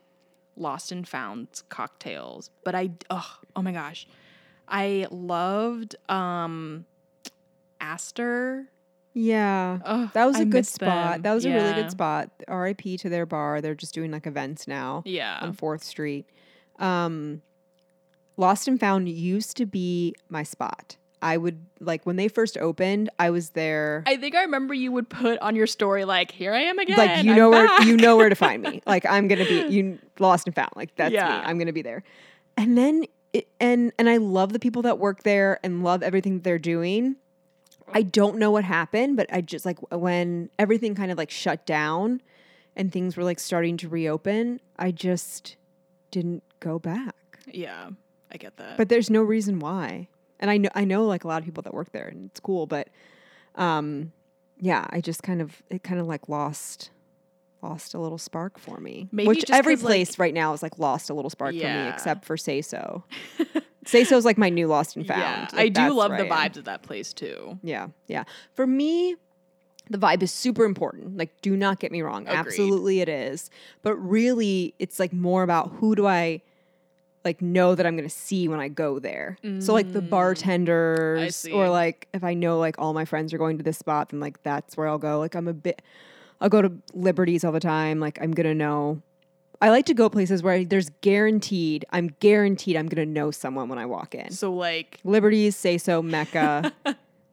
Speaker 2: Lost and Found cocktails, but I oh, oh my gosh. I loved um Aster.
Speaker 1: Yeah.
Speaker 2: Oh,
Speaker 1: That was
Speaker 2: a
Speaker 1: a good spot. That was a really good spot. RIP to their bar. They're just doing like events now
Speaker 2: Yeah.
Speaker 1: on 4th Street. Um, Lost and Found used to be my spot. I would like when they first opened, I was there.
Speaker 2: I think I remember you would put on your story like, "Here I am again."
Speaker 1: like you
Speaker 2: I'm
Speaker 1: know where
Speaker 2: back."
Speaker 1: you know where to find me. Like I'm gonna be you lost and found. Like that's
Speaker 2: Yeah.
Speaker 1: me. I'm gonna be there. And then it, and and I love the people that work there and love everything that they're doing. I don't know what happened, but I just like when everything kind of like shut down and things were like starting to reopen, I just didn't go back.
Speaker 2: Yeah, I get that.
Speaker 1: But there's no reason why. And I know I know like a lot of people that work there and it's cool, but um yeah, I just kind of it kind of like lost lost a little spark for me.
Speaker 2: Maybe
Speaker 1: Which
Speaker 2: just
Speaker 1: every
Speaker 2: 'cause, like-
Speaker 1: place right now is like lost a little spark for me
Speaker 2: Yeah.
Speaker 1: except for Say So. Say So's like my new lost and found.
Speaker 2: yeah,
Speaker 1: Like,
Speaker 2: I do
Speaker 1: that's
Speaker 2: love
Speaker 1: where
Speaker 2: the
Speaker 1: I am.
Speaker 2: vibes of that place too.
Speaker 1: Yeah, yeah. For me, the vibe is super important. Like, do not get me wrong.
Speaker 2: Agreed.
Speaker 1: Absolutely, it is. But really, it's like more about who do I like know that I'm going to see when I go there. So like the
Speaker 2: Mm.
Speaker 1: bartenders,
Speaker 2: see.
Speaker 1: or like if I know like all my friends are going to this spot, then like that's where I'll go. Like I'm a bit, I'll go to Liberties all the time. Like I'm gonna know. I like to go places where there's guaranteed. I'm guaranteed I'm gonna know someone when I walk in.
Speaker 2: So like,
Speaker 1: Liberties, Say So, Mecca.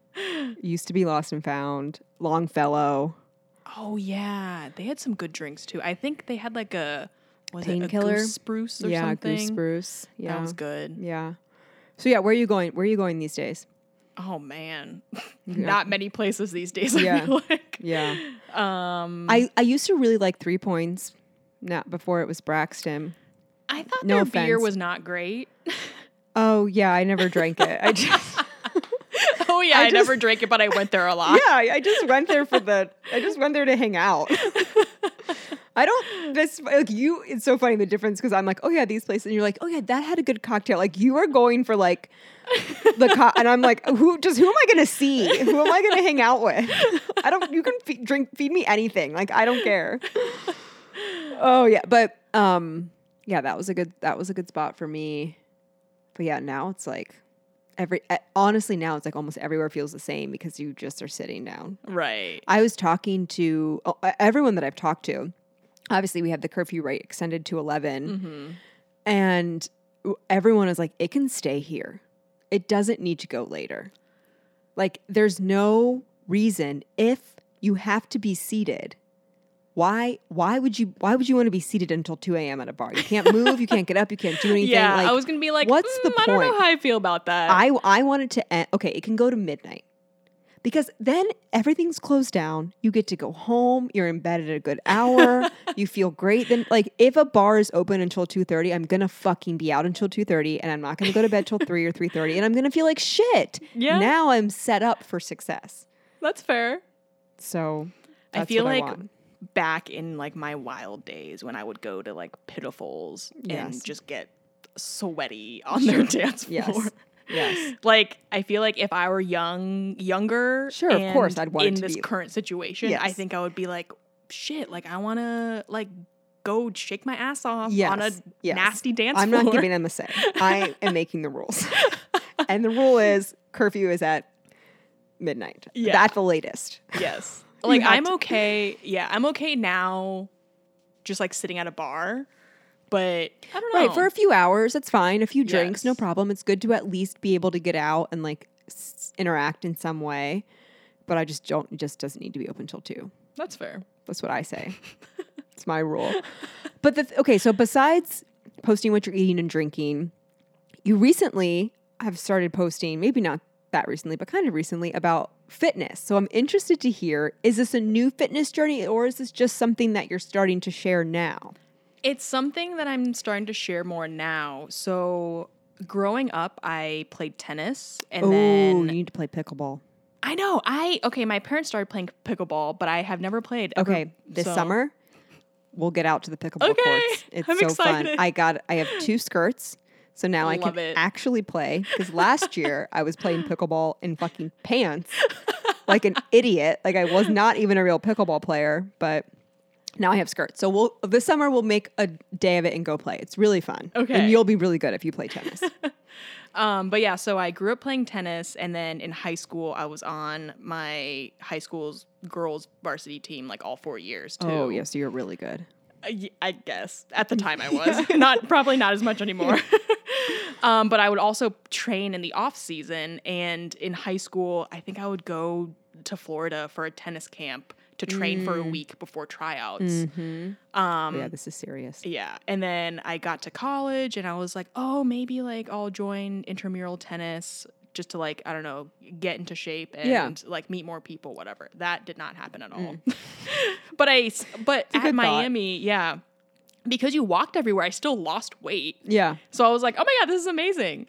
Speaker 1: used to be Lost and Found, Longfellow.
Speaker 2: oh yeah, they had some good drinks too. I think they had like a was it a
Speaker 1: Painkiller?
Speaker 2: goose spruce or
Speaker 1: yeah,
Speaker 2: something.
Speaker 1: Goose Spruce. Yeah.
Speaker 2: That was good.
Speaker 1: Yeah. So yeah, where are you going? Where are you going these days?
Speaker 2: Oh man, not many places these days.
Speaker 1: Yeah.
Speaker 2: I feel like.
Speaker 1: Yeah.
Speaker 2: Um,
Speaker 1: I, I used to really like Three Points. Not before it was Braxton.
Speaker 2: I thought
Speaker 1: No
Speaker 2: their beer
Speaker 1: offense.
Speaker 2: was not great.
Speaker 1: Oh yeah, I never drank it. I just
Speaker 2: oh yeah, I,
Speaker 1: just-
Speaker 2: never drank it, but I went there a lot.
Speaker 1: yeah, I I just went there for the I just went there to hang out. I don't this like you it's so funny the difference because I'm like, oh yeah, these places and you're like, oh yeah, that had a good cocktail. Like you are going for like the co- and I'm like, who just who am I gonna see? Who am I gonna hang out with? I don't you can fe- drink feed me anything. Like I don't care. Oh yeah, but um yeah, that was a good that was a good spot for me. But yeah, now it's like every eh, honestly now it's like almost everywhere feels the same because you just are sitting down.
Speaker 2: Right.
Speaker 1: I was talking to oh, e- everyone that I've talked to. Obviously, we had the curfew right extended to 11,
Speaker 2: Mm-hmm.
Speaker 1: and w- everyone is like, it can stay here. It doesn't need to go later. Like, there's no reason if you have to be seated. Why? Why would you? Why would you want to be seated until two a.m. at a bar? You can't move. you can't get up. You can't do anything.
Speaker 2: Yeah,
Speaker 1: like,
Speaker 2: I was gonna be like,
Speaker 1: what's the
Speaker 2: "Mm, I don't know
Speaker 1: point?
Speaker 2: how I feel about that.
Speaker 1: I I wanted to end. Okay, it can go to midnight because then everything's closed down. You get to go home. You're in bed at a good hour. you feel great. Then, like, if a bar is open until two thirty, I'm gonna fucking be out until two thirty, and I'm not gonna go to bed till three or three thirty, and I'm gonna feel like shit.
Speaker 2: Yeah.
Speaker 1: Now I'm set up for success.
Speaker 2: That's fair.
Speaker 1: So
Speaker 2: I
Speaker 1: that's
Speaker 2: feel
Speaker 1: what
Speaker 2: like
Speaker 1: want.
Speaker 2: back in like my wild days when I would go to like pitifuls
Speaker 1: Yes.
Speaker 2: and just get sweaty on their dance floor.
Speaker 1: Yes. yes.
Speaker 2: Like I feel like if I were young, younger,
Speaker 1: Sure, of course,
Speaker 2: and
Speaker 1: I'd want it
Speaker 2: in
Speaker 1: to
Speaker 2: this
Speaker 1: be-
Speaker 2: current situation. I
Speaker 1: Yes.
Speaker 2: think I would be like, shit, like I want to like go shake my ass off on a
Speaker 1: Yes, yes.
Speaker 2: nasty dance
Speaker 1: I'm
Speaker 2: floor.
Speaker 1: not giving them a say. I am making the rules. and the rule is curfew is at midnight.
Speaker 2: Yeah.
Speaker 1: That's the latest.
Speaker 2: Yes. Like
Speaker 1: have
Speaker 2: I'm
Speaker 1: to-
Speaker 2: okay. Yeah, I'm okay now just like sitting at a bar. But I don't know.
Speaker 1: Right, for a few hours, it's fine. A few drinks, no
Speaker 2: Yes.
Speaker 1: problem. It's good to at least be able to get out and like s- interact in some way. But I just don't, it just doesn't need to be open till two.
Speaker 2: That's fair.
Speaker 1: That's what I say. it's my rule. But the, th- okay, so besides posting what you're eating and drinking, you recently have started posting, maybe not that recently, but kind of recently about fitness. So I'm interested to hear is this a new fitness journey or is this just something that you're starting to share now?
Speaker 2: It's something that I'm starting to share more now. So growing up, I played tennis and
Speaker 1: oh, you
Speaker 2: then
Speaker 1: need to play pickleball.
Speaker 2: I know I okay, my parents started playing pickleball, but I have never played. ever,
Speaker 1: Okay, this
Speaker 2: so-
Speaker 1: summer we'll get out to the pickleball
Speaker 2: Okay,
Speaker 1: courts. It's
Speaker 2: I'm
Speaker 1: so fun.
Speaker 2: excited.
Speaker 1: I got I have two skirts. So now I
Speaker 2: Love
Speaker 1: can
Speaker 2: it.
Speaker 1: actually play cuz last year I was playing pickleball in fucking pants like an idiot. Like I was not even a real pickleball player, but now I have skirts. So we'll this summer we'll make a day of it and go play. It's really fun.
Speaker 2: Okay.
Speaker 1: And you'll be really good if you play tennis.
Speaker 2: Um, but yeah, so I grew up playing tennis, and then in high school, I was on my high school's girls varsity team like all four years too.
Speaker 1: oh, yeah, so you're really good.
Speaker 2: I, I guess at the time I was not probably not as much anymore. Um, but I would also train in the off season. And in high school, I think I would go to Florida for a tennis camp to train for a
Speaker 1: Mm.
Speaker 2: week before tryouts. Um,
Speaker 1: yeah, this is serious.
Speaker 2: Yeah. And then I got to college and I was like, oh, maybe like I'll join intramural tennis just to like, I don't know, get into shape and
Speaker 1: Yeah. Mm.
Speaker 2: like meet more people, whatever. That did not happen at all. but I, s- but
Speaker 1: good
Speaker 2: at
Speaker 1: thought.
Speaker 2: Miami, yeah, because you walked everywhere, I still lost weight.
Speaker 1: Yeah.
Speaker 2: So I was like, oh my God, this is amazing.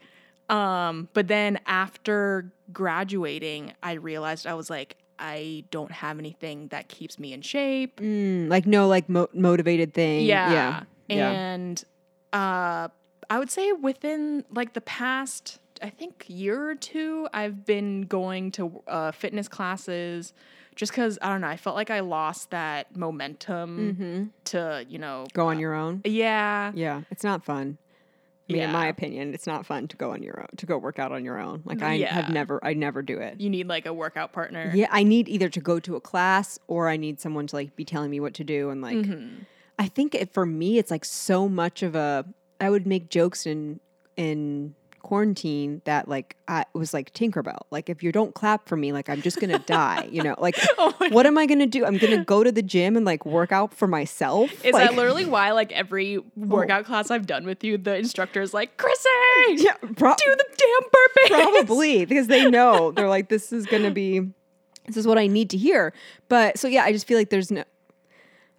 Speaker 2: Um, but then after graduating, I realized I was like, I don't have anything that keeps me in shape.
Speaker 1: Mm, like no like mo- motivated thing.
Speaker 2: Yeah.
Speaker 1: Yeah. yeah.
Speaker 2: And uh I would say within like the past I think year or two I've been going to uh fitness classes just cuz I don't know, I felt like I lost that momentum to, you know,
Speaker 1: Mm-hmm. Go on your own.
Speaker 2: yeah.
Speaker 1: Yeah, it's not fun. I mean, in my
Speaker 2: Yeah.
Speaker 1: opinion, it's not fun to go on your own to go work out on your own. Like I have
Speaker 2: Yeah.
Speaker 1: never, I never do it.
Speaker 2: You need like a workout partner.
Speaker 1: Yeah, I need either to go to a class or I need someone to like be telling me what to do and like
Speaker 2: Mm-hmm.
Speaker 1: I think it, for me it's like so much of a I would make jokes in in quarantine that like I it was like Tinkerbell. Like if you don't clap for me, like I'm just gonna die. You know, like
Speaker 2: Oh
Speaker 1: what am I gonna do? I'm gonna go to the gym and like work out for myself.
Speaker 2: Is
Speaker 1: like, Oh.
Speaker 2: that literally why like every workout class I've done with you the instructor is like, "Chrissy,
Speaker 1: yeah, pro-
Speaker 2: do the damn burpees."
Speaker 1: probably because they know they're like this is going to be this is what i need to hear but so yeah i just feel like there's no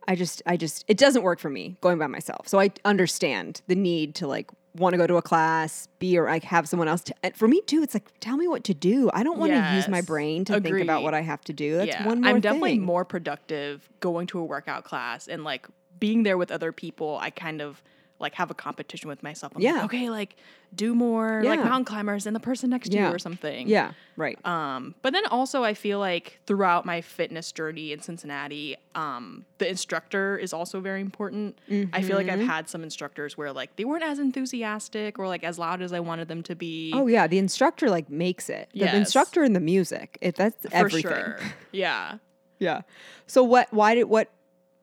Speaker 1: i just i just it doesn't work for me going by myself so i understand the need to like want to go to a class be or like have someone else to, and for me too it's like tell me what to do i don't want to use my
Speaker 2: Yes.
Speaker 1: brain to think about
Speaker 2: Agreed.
Speaker 1: what i have to do that's
Speaker 2: yeah,
Speaker 1: one more
Speaker 2: I'm definitely
Speaker 1: thing.
Speaker 2: more productive going to a workout class and like being there with other people. I kind of like have a competition with myself. I'm
Speaker 1: Yeah.
Speaker 2: like, okay, like do more like
Speaker 1: Yeah.
Speaker 2: mountain climbers than the person next to
Speaker 1: Yeah.
Speaker 2: you or something.
Speaker 1: yeah right
Speaker 2: Um, but then also I feel like throughout my fitness journey in Cincinnati, um, the instructor is also very important. I feel like
Speaker 1: Mm-hmm.
Speaker 2: I've had some instructors where like they weren't as enthusiastic or like as loud as I wanted them to be.
Speaker 1: oh yeah the instructor like makes it the
Speaker 2: Yes.
Speaker 1: instructor and the music it, that's
Speaker 2: for
Speaker 1: everything
Speaker 2: sure. Yeah.
Speaker 1: Yeah. So what? Why did what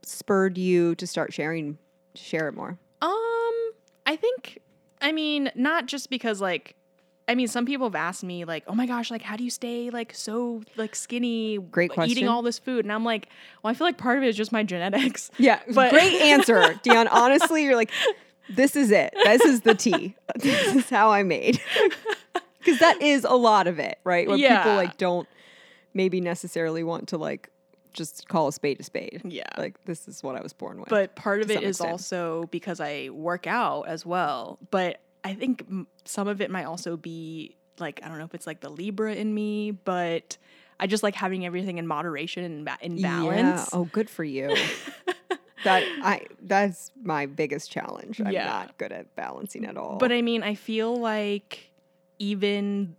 Speaker 1: spurred you to start sharing? to Share it more.
Speaker 2: Um, I think I mean, not just because like I mean, some people have asked me like, "Oh my gosh, like how do you stay like so like skinny
Speaker 1: Great question.
Speaker 2: eating all this food?" And I'm like, "Well, I feel like part of it is just my genetics."
Speaker 1: Yeah.
Speaker 2: But-
Speaker 1: Great answer, Dion. Honestly, you're like, this is it. This is the tea. This is how I made. Because that is a lot of it, right? Where people
Speaker 2: Yeah.
Speaker 1: like don't maybe necessarily want to like just call a spade a spade.
Speaker 2: Yeah.
Speaker 1: Like this is what I was born with.
Speaker 2: But part of
Speaker 1: To
Speaker 2: it
Speaker 1: some
Speaker 2: is
Speaker 1: extent.
Speaker 2: also because I work out as well. But I think m- some of it might also be like I don't know if it's like the Libra in me, but I just like having everything in moderation and ba- in balance.
Speaker 1: Yeah. Oh, good for you. that I that's my biggest challenge. I'm
Speaker 2: Yeah.
Speaker 1: not good at balancing at all.
Speaker 2: But I mean, I feel like even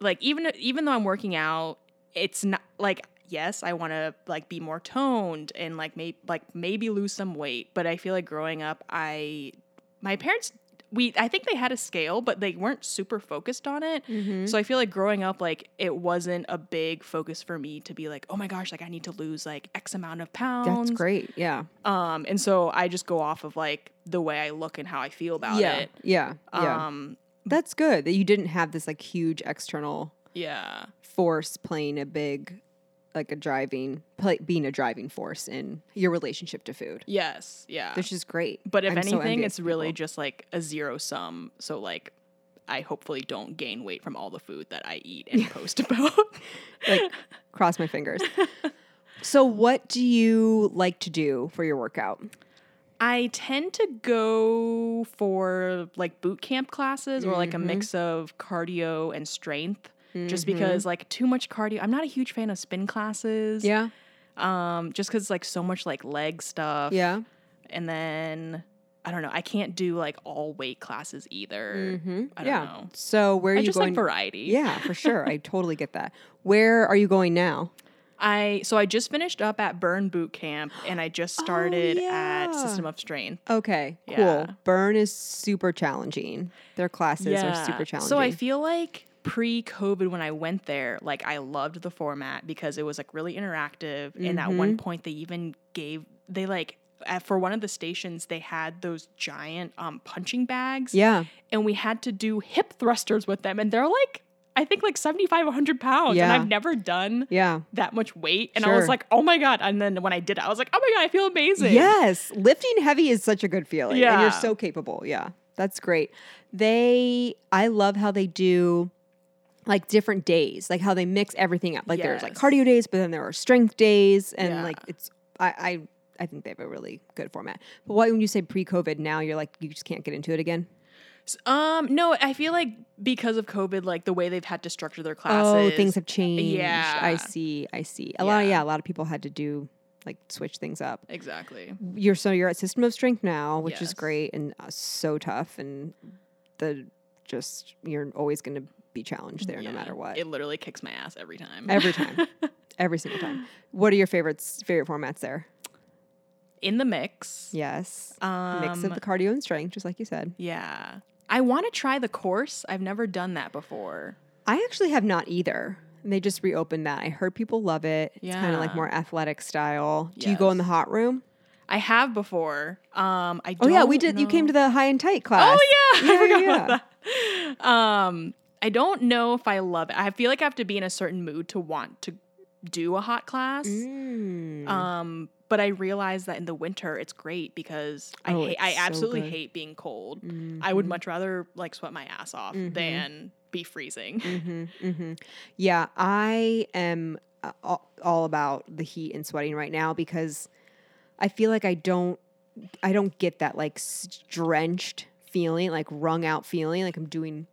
Speaker 2: like even even though I'm working out, it's not like yes, I want to like be more toned and like maybe like maybe lose some weight, but I feel like growing up I my parents we I think they had a scale, but they weren't super focused on it.
Speaker 1: Mm-hmm.
Speaker 2: So I feel like growing up like it wasn't a big focus for me to be like, "Oh my gosh, like I need to lose like X amount of pounds."
Speaker 1: that's great. Yeah.
Speaker 2: Um and so I just go off of like the way I look and how I feel about
Speaker 1: yeah,
Speaker 2: it.
Speaker 1: Yeah. Yeah.
Speaker 2: Um
Speaker 1: That's good that you didn't have this like huge external
Speaker 2: Yeah.
Speaker 1: force playing a big, like a driving, play, being a driving force in your relationship to food,
Speaker 2: Yes. Yeah.
Speaker 1: which is great.
Speaker 2: but if
Speaker 1: I'm so
Speaker 2: anything,
Speaker 1: envious
Speaker 2: it's
Speaker 1: of
Speaker 2: really
Speaker 1: people.
Speaker 2: just like a zero sum. So like, I hopefully don't gain weight from all the food that I eat and post about.
Speaker 1: like cross my fingers. so, what do you like to do for your workout?
Speaker 2: I tend to go for like boot camp classes or like a
Speaker 1: Mm-hmm.
Speaker 2: mix of cardio and strength. Just because, like, too much cardio. I'm not a huge fan of spin classes.
Speaker 1: Yeah.
Speaker 2: Um, just because, like, so much like leg stuff.
Speaker 1: Yeah.
Speaker 2: And then I don't know. I can't do like all weight classes either. I don't
Speaker 1: Mm-hmm. yeah.
Speaker 2: know.
Speaker 1: So, where Mm. are
Speaker 2: I
Speaker 1: you
Speaker 2: just
Speaker 1: going?
Speaker 2: like variety.
Speaker 1: yeah, for sure. I totally get that. Where are you going now?
Speaker 2: I so I just finished up at Burn Boot Camp and I just started
Speaker 1: yeah.
Speaker 2: at System of Strength.
Speaker 1: Okay, cool.
Speaker 2: Yeah.
Speaker 1: Burn is super challenging. Their classes are super challenging.
Speaker 2: So I feel like pre-COVID when I went there, like I loved Mm-hmm. the format because it was like really interactive and at one point they even gave they like at, for one of the stations they had those giant um, punching bags
Speaker 1: Yeah.
Speaker 2: and we had to do hip thrusters with them and they're like i think like 75 100 pounds and
Speaker 1: Yeah.
Speaker 2: i've never done
Speaker 1: Yeah.
Speaker 2: that much weight and i was
Speaker 1: Sure.
Speaker 2: like oh my god and then when i did it i was like oh my god i feel amazing
Speaker 1: Yes, lifting heavy is such a good feeling. And
Speaker 2: Yeah.
Speaker 1: you're so capable. Yeah. That's great. They I love how they do like different days, like how they mix everything up. Like there's like
Speaker 2: Yes.
Speaker 1: cardio days, but then there are strength days and
Speaker 2: Yeah.
Speaker 1: like it's I, I I think they have a really good format. But why when you say pre-COVID now you're like you just can't get into it again?
Speaker 2: um no i feel like because of covid like the way they've had to structure their
Speaker 1: Oh,
Speaker 2: classes
Speaker 1: things have changed. I
Speaker 2: Yeah.
Speaker 1: see. I see. A lot of,
Speaker 2: Yeah.
Speaker 1: yeah, a lot of people had to do like switch things up.
Speaker 2: exactly
Speaker 1: you're so you're at system of strength now which is
Speaker 2: Yes.
Speaker 1: great and uh, so tough and the just you're always going to be challenged there
Speaker 2: Yeah.
Speaker 1: no matter what
Speaker 2: it literally kicks my ass every time
Speaker 1: every time every single time what are your favorites favorite formats there
Speaker 2: in the mix
Speaker 1: yes
Speaker 2: um
Speaker 1: mix of the cardio and strength just like you said
Speaker 2: yeah i want to try the course i've never done that before
Speaker 1: i actually have not either And they just reopened that i heard people love it it's kind of like
Speaker 2: Yeah.
Speaker 1: more athletic style do you go in the hot room
Speaker 2: i have before um i
Speaker 1: oh yeah we
Speaker 2: don't
Speaker 1: did you came
Speaker 2: know-
Speaker 1: to the high and tight class
Speaker 2: Oh yeah,
Speaker 1: Yeah,
Speaker 2: I forgot
Speaker 1: yeah.
Speaker 2: about that. Um, I don't know if I love it. I feel like I have to be in a certain mood to want to do a hot class.
Speaker 1: Mm.
Speaker 2: Um, but I realize that in the winter it's great because I
Speaker 1: Oh,
Speaker 2: hate, I
Speaker 1: it's so
Speaker 2: absolutely
Speaker 1: good. Mm-hmm.
Speaker 2: hate being cold. I would much rather like sweat my ass off
Speaker 1: Mhm.
Speaker 2: than be freezing.
Speaker 1: hmm hmm Yeah, I am uh, all, all about the heat and sweating right now because I feel like I don't, I don't get that like s- drenched feeling, like wrung out feeling. Like I'm doing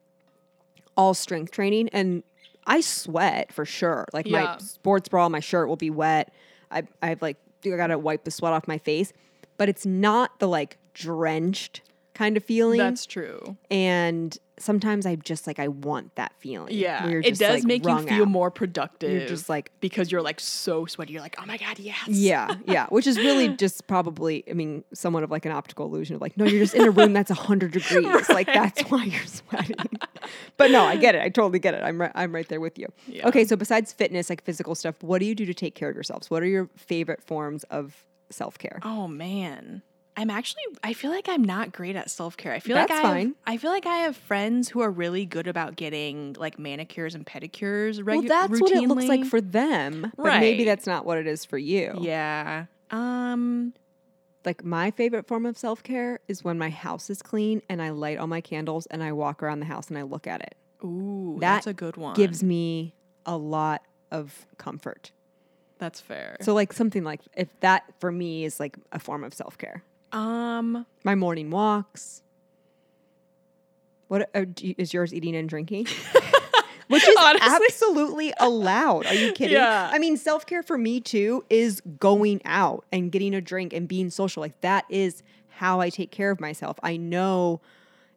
Speaker 1: all strength training and I sweat for sure. Like my
Speaker 2: Yeah.
Speaker 1: sports bra, my shirt will be wet. I, I've like, I gotta wipe the sweat off my face, but it's not the like drenched kind of feeling
Speaker 2: That's true.
Speaker 1: and sometimes I just like I want that feeling.
Speaker 2: Yeah,
Speaker 1: where you're
Speaker 2: it
Speaker 1: just,
Speaker 2: does
Speaker 1: like,
Speaker 2: make you
Speaker 1: wrung
Speaker 2: feel
Speaker 1: out.
Speaker 2: more productive.
Speaker 1: You're just like
Speaker 2: because you're like so sweaty. You're like, oh my god, yes.
Speaker 1: yeah, yeah, which is really just probably I mean somewhat of like an optical illusion of like no, you're just in a room that's hundred degrees, like that's why you're sweating. but no, I get it. I totally get it. I'm right. I'm right there with you.
Speaker 2: Yeah.
Speaker 1: Okay, so besides fitness, like physical stuff, what do you do to take care of yourselves? What are your favorite forms of self care?
Speaker 2: Oh man. I'm actually I feel like I'm not great at self-care. I feel like
Speaker 1: That's
Speaker 2: I have-
Speaker 1: fine.
Speaker 2: I feel like I have friends who are really good about getting like manicures and pedicures regu-
Speaker 1: Well, that's what it looks like
Speaker 2: routinely.
Speaker 1: for them, but maybe
Speaker 2: Right.
Speaker 1: that's not what it is for you.
Speaker 2: Yeah. Um
Speaker 1: like my favorite form of self-care is when my house is clean and I light all my candles and I walk around the house and I look at it.
Speaker 2: ooh,
Speaker 1: That
Speaker 2: that's a good one.
Speaker 1: Gives me a lot of comfort.
Speaker 2: that's fair.
Speaker 1: So like something like if that for me is like a form of self-care.
Speaker 2: um
Speaker 1: My morning walks. What uh, do you- is yours eating and drinking? Which is
Speaker 2: Honestly.
Speaker 1: absolutely allowed. Are you kidding?
Speaker 2: Yeah.
Speaker 1: I mean, self care for me too is going out and getting a drink and being social. Like, that is how I take care of myself. I know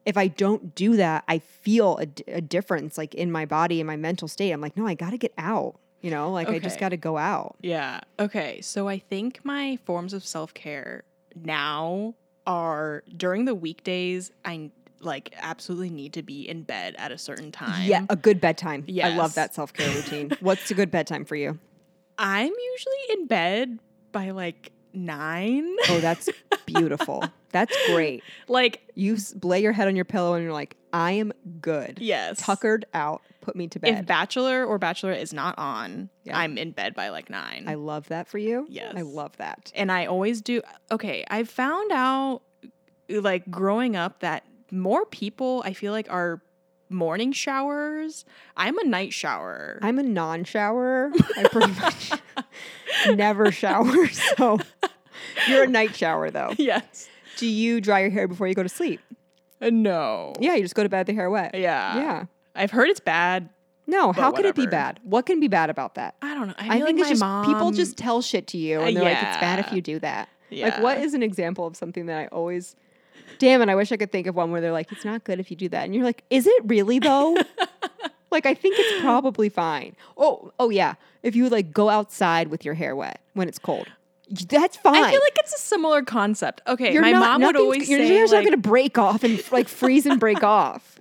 Speaker 1: if I don't do that, I feel a, d- a difference like in my body and my mental state. I'm like, no, I got to get out. You know, like I just
Speaker 2: Okay.
Speaker 1: got to go out.
Speaker 2: yeah. Okay, so I think my forms of self-care now are during the weekdays I like absolutely need to be in bed at a certain time.
Speaker 1: Yeah, a good bedtime. I love
Speaker 2: Yes.
Speaker 1: that self care routine. What's a good bedtime for you?
Speaker 2: I'm usually in bed by like nine.
Speaker 1: Oh, that's beautiful. that's great.
Speaker 2: like,
Speaker 1: You s- lay your head on your pillow and you're like, I am good.
Speaker 2: yes.
Speaker 1: Tuckered out. Put me to
Speaker 2: If
Speaker 1: bed.
Speaker 2: Bachelor or Bachelor is not on,
Speaker 1: Yeah.
Speaker 2: I'm in bed by like nine.
Speaker 1: I love that for you. I
Speaker 2: Yes.
Speaker 1: love that.
Speaker 2: and I always do. Okay. I found out like growing up that more people I feel like are morning showers. I'm a night shower.
Speaker 1: I'm a non showerer. I pretty much never shower. So you're a night shower, though.
Speaker 2: yes.
Speaker 1: Do you dry your hair before you go to sleep?
Speaker 2: Uh, No.
Speaker 1: Yeah, you just go to bed with your hair wet.
Speaker 2: Yeah.
Speaker 1: Yeah.
Speaker 2: I've heard it's bad.
Speaker 1: No, how could it be
Speaker 2: whatever.
Speaker 1: bad? What can be bad about that?
Speaker 2: I don't know. I,
Speaker 1: I,
Speaker 2: feel
Speaker 1: think it's
Speaker 2: like
Speaker 1: just
Speaker 2: my
Speaker 1: people
Speaker 2: mom- Uh,
Speaker 1: just tell shit to you and they're like, it's bad if
Speaker 2: yeah.
Speaker 1: you do that. Like, what
Speaker 2: Yeah.
Speaker 1: is an example of something that I always, damn it, I wish I could think of one where they're like, it's not good if you do that. And you're like, is it really though? like, I think it's probably fine. Oh, oh yeah. If you like go outside with your hair wet when it's cold, that's fine.
Speaker 2: I feel like it's a similar concept. Okay,
Speaker 1: You're
Speaker 2: my
Speaker 1: not-
Speaker 2: mom would
Speaker 1: nothing's-
Speaker 2: always
Speaker 1: your
Speaker 2: say,
Speaker 1: hair's not
Speaker 2: like-
Speaker 1: going to break off and like freeze and break off.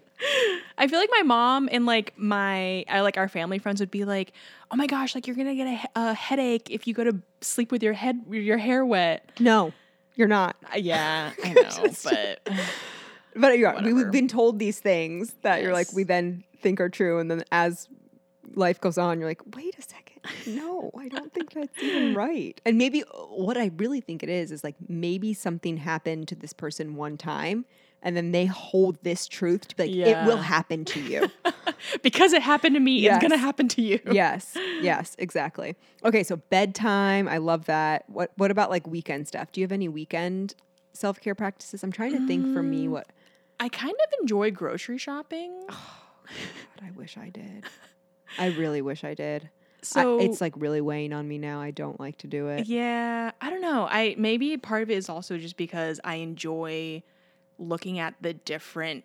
Speaker 2: I feel like my mom and like my I like our family friends would be like, "Oh my gosh, like you're gonna get a, he- a headache if you go to sleep with your head your hair wet."
Speaker 1: No, You're not.
Speaker 2: Uh, Yeah, I know,
Speaker 1: Just-
Speaker 2: but
Speaker 1: But you are. We,
Speaker 2: Whatever.
Speaker 1: we've been told these things that you're like,
Speaker 2: Yes.
Speaker 1: we then think are true. And then as life goes on, you're like, wait a second. No, I don't think that's even right. And maybe uh, what I really think it is is like maybe something happened to this person one time. And then they hold this truth to be like, it will
Speaker 2: Yeah.
Speaker 1: happen to you.
Speaker 2: because it happened to me,
Speaker 1: Yes.
Speaker 2: it's gonna happen to you.
Speaker 1: yes. Yes, exactly. Okay, so bedtime. I love that. What what about like weekend stuff? Do you have any weekend self care practices? I'm trying to think for
Speaker 2: Mm.
Speaker 1: me what
Speaker 2: I kind of enjoy grocery shopping.
Speaker 1: God, I wish I did. I really wish I did.
Speaker 2: So
Speaker 1: I, it's like really weighing on me now. I don't like to do it.
Speaker 2: yeah, I don't know. I maybe part of it is also just because I enjoy looking at the different,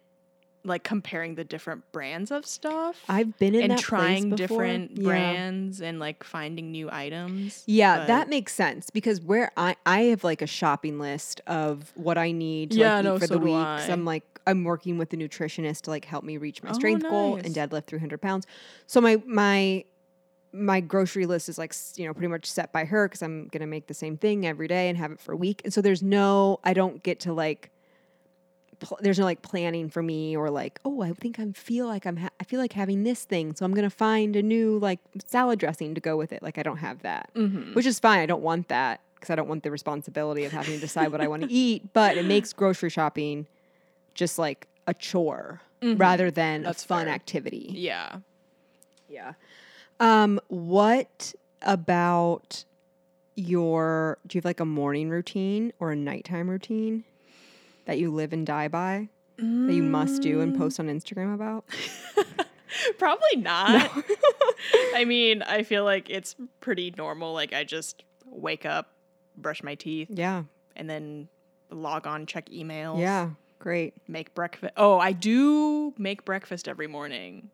Speaker 2: like comparing the different brands of stuff.
Speaker 1: I've been in
Speaker 2: and
Speaker 1: that place
Speaker 2: trying
Speaker 1: before.
Speaker 2: different
Speaker 1: Yeah.
Speaker 2: brands and like finding new items.
Speaker 1: Yeah,
Speaker 2: but-
Speaker 1: that makes sense because where I I have like a shopping list of what I need to
Speaker 2: Yeah,
Speaker 1: like,
Speaker 2: no,
Speaker 1: eat for
Speaker 2: so
Speaker 1: the
Speaker 2: do
Speaker 1: week. 'cause
Speaker 2: I.
Speaker 1: I'm like I'm working with a nutritionist to like help me reach my
Speaker 2: Oh,
Speaker 1: strength goal and
Speaker 2: nice.
Speaker 1: deadlift 300 pounds. So my my my grocery list is like s- you know pretty much set by her because I'm gonna make the same thing every day and have it for a week. And so there's no I don't get to like pl- there's no like planning for me or like oh I think I feel like I'm ha- I feel like having this thing so I'm gonna find a new like salad dressing to go with it. Like I don't have that
Speaker 2: Mhm.
Speaker 1: which is fine. I don't want that because I don't want the responsibility of having to decide what I want to eat. But it makes grocery shopping just like a chore rather than
Speaker 2: Mm-hmm. That's
Speaker 1: a fun
Speaker 2: fair.
Speaker 1: activity.
Speaker 2: Yeah.
Speaker 1: Yeah. Um, what about your? Do you have like a morning routine or a nighttime routine that you live and die by? That you must do and post on Instagram about.
Speaker 2: Probably not. I mean, I feel like it's pretty normal. Like I just wake up, brush my teeth,
Speaker 1: Yeah,
Speaker 2: and then log on, check emails.
Speaker 1: yeah, great.
Speaker 2: Make breakfast. Oh, I do make breakfast every morning.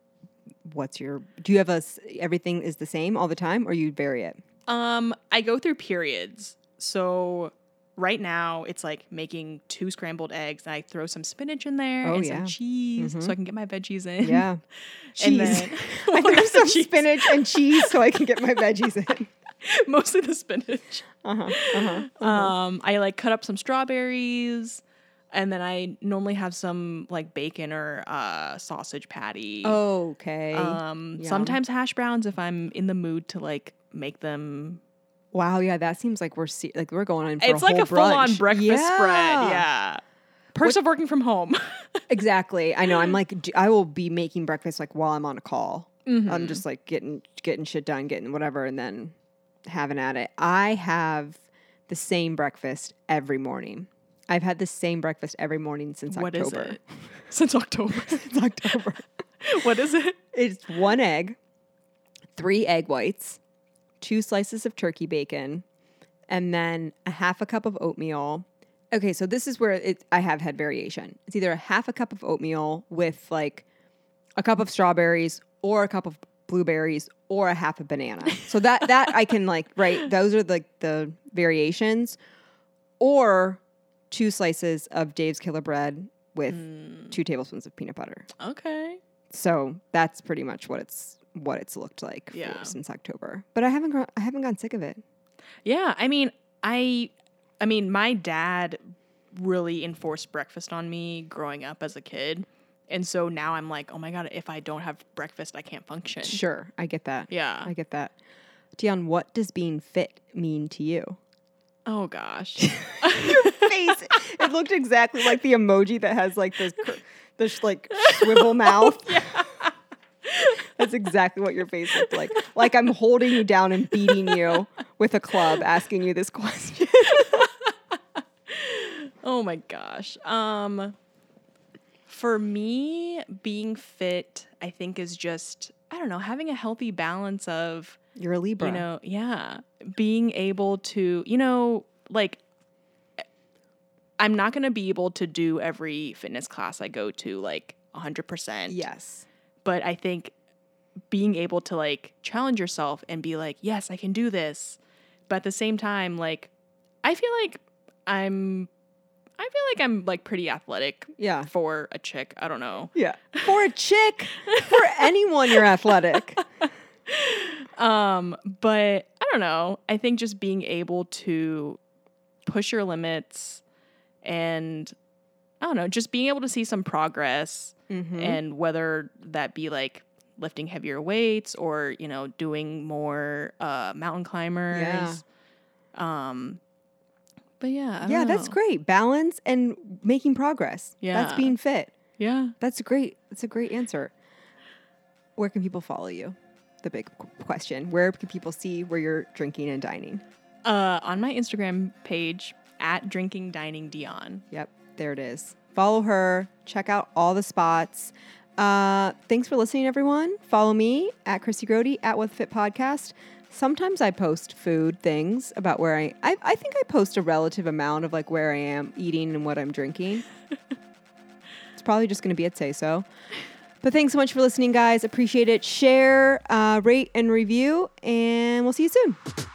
Speaker 1: What's your? Do you have a? s- Everything is the same all the time, or you vary it?
Speaker 2: Um, I go through periods. So right now it's like making two scrambled eggs. And I throw some spinach in there
Speaker 1: Oh,
Speaker 2: and
Speaker 1: yeah. Mm-hmm.
Speaker 2: some cheese so I can get my veggies in.
Speaker 1: Yeah.
Speaker 2: And
Speaker 1: Cheese.
Speaker 2: then
Speaker 1: I
Speaker 2: Well,
Speaker 1: threw
Speaker 2: not the
Speaker 1: some
Speaker 2: cheese,
Speaker 1: spinach and cheese so I can get my veggies in.
Speaker 2: Mostly the spinach.
Speaker 1: Uh-huh. Uh-huh.
Speaker 2: Um, I like cut up some strawberries, and then I normally have some like bacon or uh, sausage patty.
Speaker 1: Okay.
Speaker 2: um,
Speaker 1: yum.
Speaker 2: sometimes hash browns if I'm in the mood to like make them.
Speaker 1: wow, yeah, that seems like we're se- like we're going on for
Speaker 2: it's like
Speaker 1: whole
Speaker 2: a full-on
Speaker 1: brunch.
Speaker 2: breakfast spread.
Speaker 1: Yeah.
Speaker 2: Yeah, perks of working from home.
Speaker 1: Exactly. I know. I'm like d- I will be making breakfast like while I'm on a call.
Speaker 2: Mm-hmm.
Speaker 1: I'm just like getting getting shit done, getting whatever and then having at it. I have the same breakfast every morning. I've had the same breakfast every morning since
Speaker 2: What is
Speaker 1: October.
Speaker 2: it? Since October.
Speaker 1: Since October.
Speaker 2: what is it?
Speaker 1: It's one egg, three egg whites, two slices of turkey bacon, and then a half a cup of oatmeal. Okay, so this is where it, I have had variation. It's either a half a cup of oatmeal with like a cup of strawberries or a cup of blueberries or a half a banana. So that that I can like right, those are like the variations or two slices of Dave's killer bread with two tablespoons of peanut butter.
Speaker 2: Okay.
Speaker 1: So that's pretty much what it's what it's looked like
Speaker 2: Yeah.
Speaker 1: for, since October. But I haven't gro- I haven't gotten sick of it.
Speaker 2: Yeah, I mean, I I mean, my dad really enforced breakfast on me growing up as a kid. And so now I'm like, oh my god, if I don't have breakfast, I can't function.
Speaker 1: Sure, I get that.
Speaker 2: Yeah.
Speaker 1: I get that. Dion, what does being fit mean to you?
Speaker 2: Oh gosh.
Speaker 1: Face. it looked exactly like the emoji that has like this cr- this like swivel mouth. That's exactly what your face looked like. Like I'm holding you down and beating you with a club, asking you this question.
Speaker 2: oh my gosh. Um for me, being fit, I think is just I don't know, having a healthy balance of
Speaker 1: You're a Libra.
Speaker 2: you know yeah being able to you know like i'm not going to be able to do every fitness class i go to like 100%
Speaker 1: yes.
Speaker 2: but i think being able to like challenge yourself and be like yes i can do this but at the same time like i feel like i'm i feel like i'm like pretty athletic
Speaker 1: Yeah.
Speaker 2: for a chick i don't know
Speaker 1: Yeah. For a chick, for anyone, you're athletic.
Speaker 2: Um, but I don't know. I think just being able to push your limits and I don't know, just being able to see some progress
Speaker 1: Mm-hmm.
Speaker 2: and whether that be like lifting heavier weights or, you know, doing more uh mountain climbers.
Speaker 1: Yeah.
Speaker 2: Um but yeah, I don't
Speaker 1: yeah, that's
Speaker 2: know.
Speaker 1: great. Balance and making progress. That's
Speaker 2: Oh. Yeah.
Speaker 1: being fit.
Speaker 2: Yeah.
Speaker 1: That's great. That's a great answer. Where can people follow you? The big qu- question. Where can people see where you're drinking and dining?
Speaker 2: Uh on my Instagram page at drinking dining Dion.
Speaker 1: Yep, there it is. Follow her. Check out all the spots. Uh, thanks for listening, everyone. Follow me at Chrissy Grody at With Fit Podcast. Sometimes I post food things about where I, I. I think I post a relative amount of like where I am eating and what I'm drinking. it's probably just going to be at Say So. But thanks so much for listening, guys. Appreciate it. Share, uh, rate, and review, and we'll see you soon.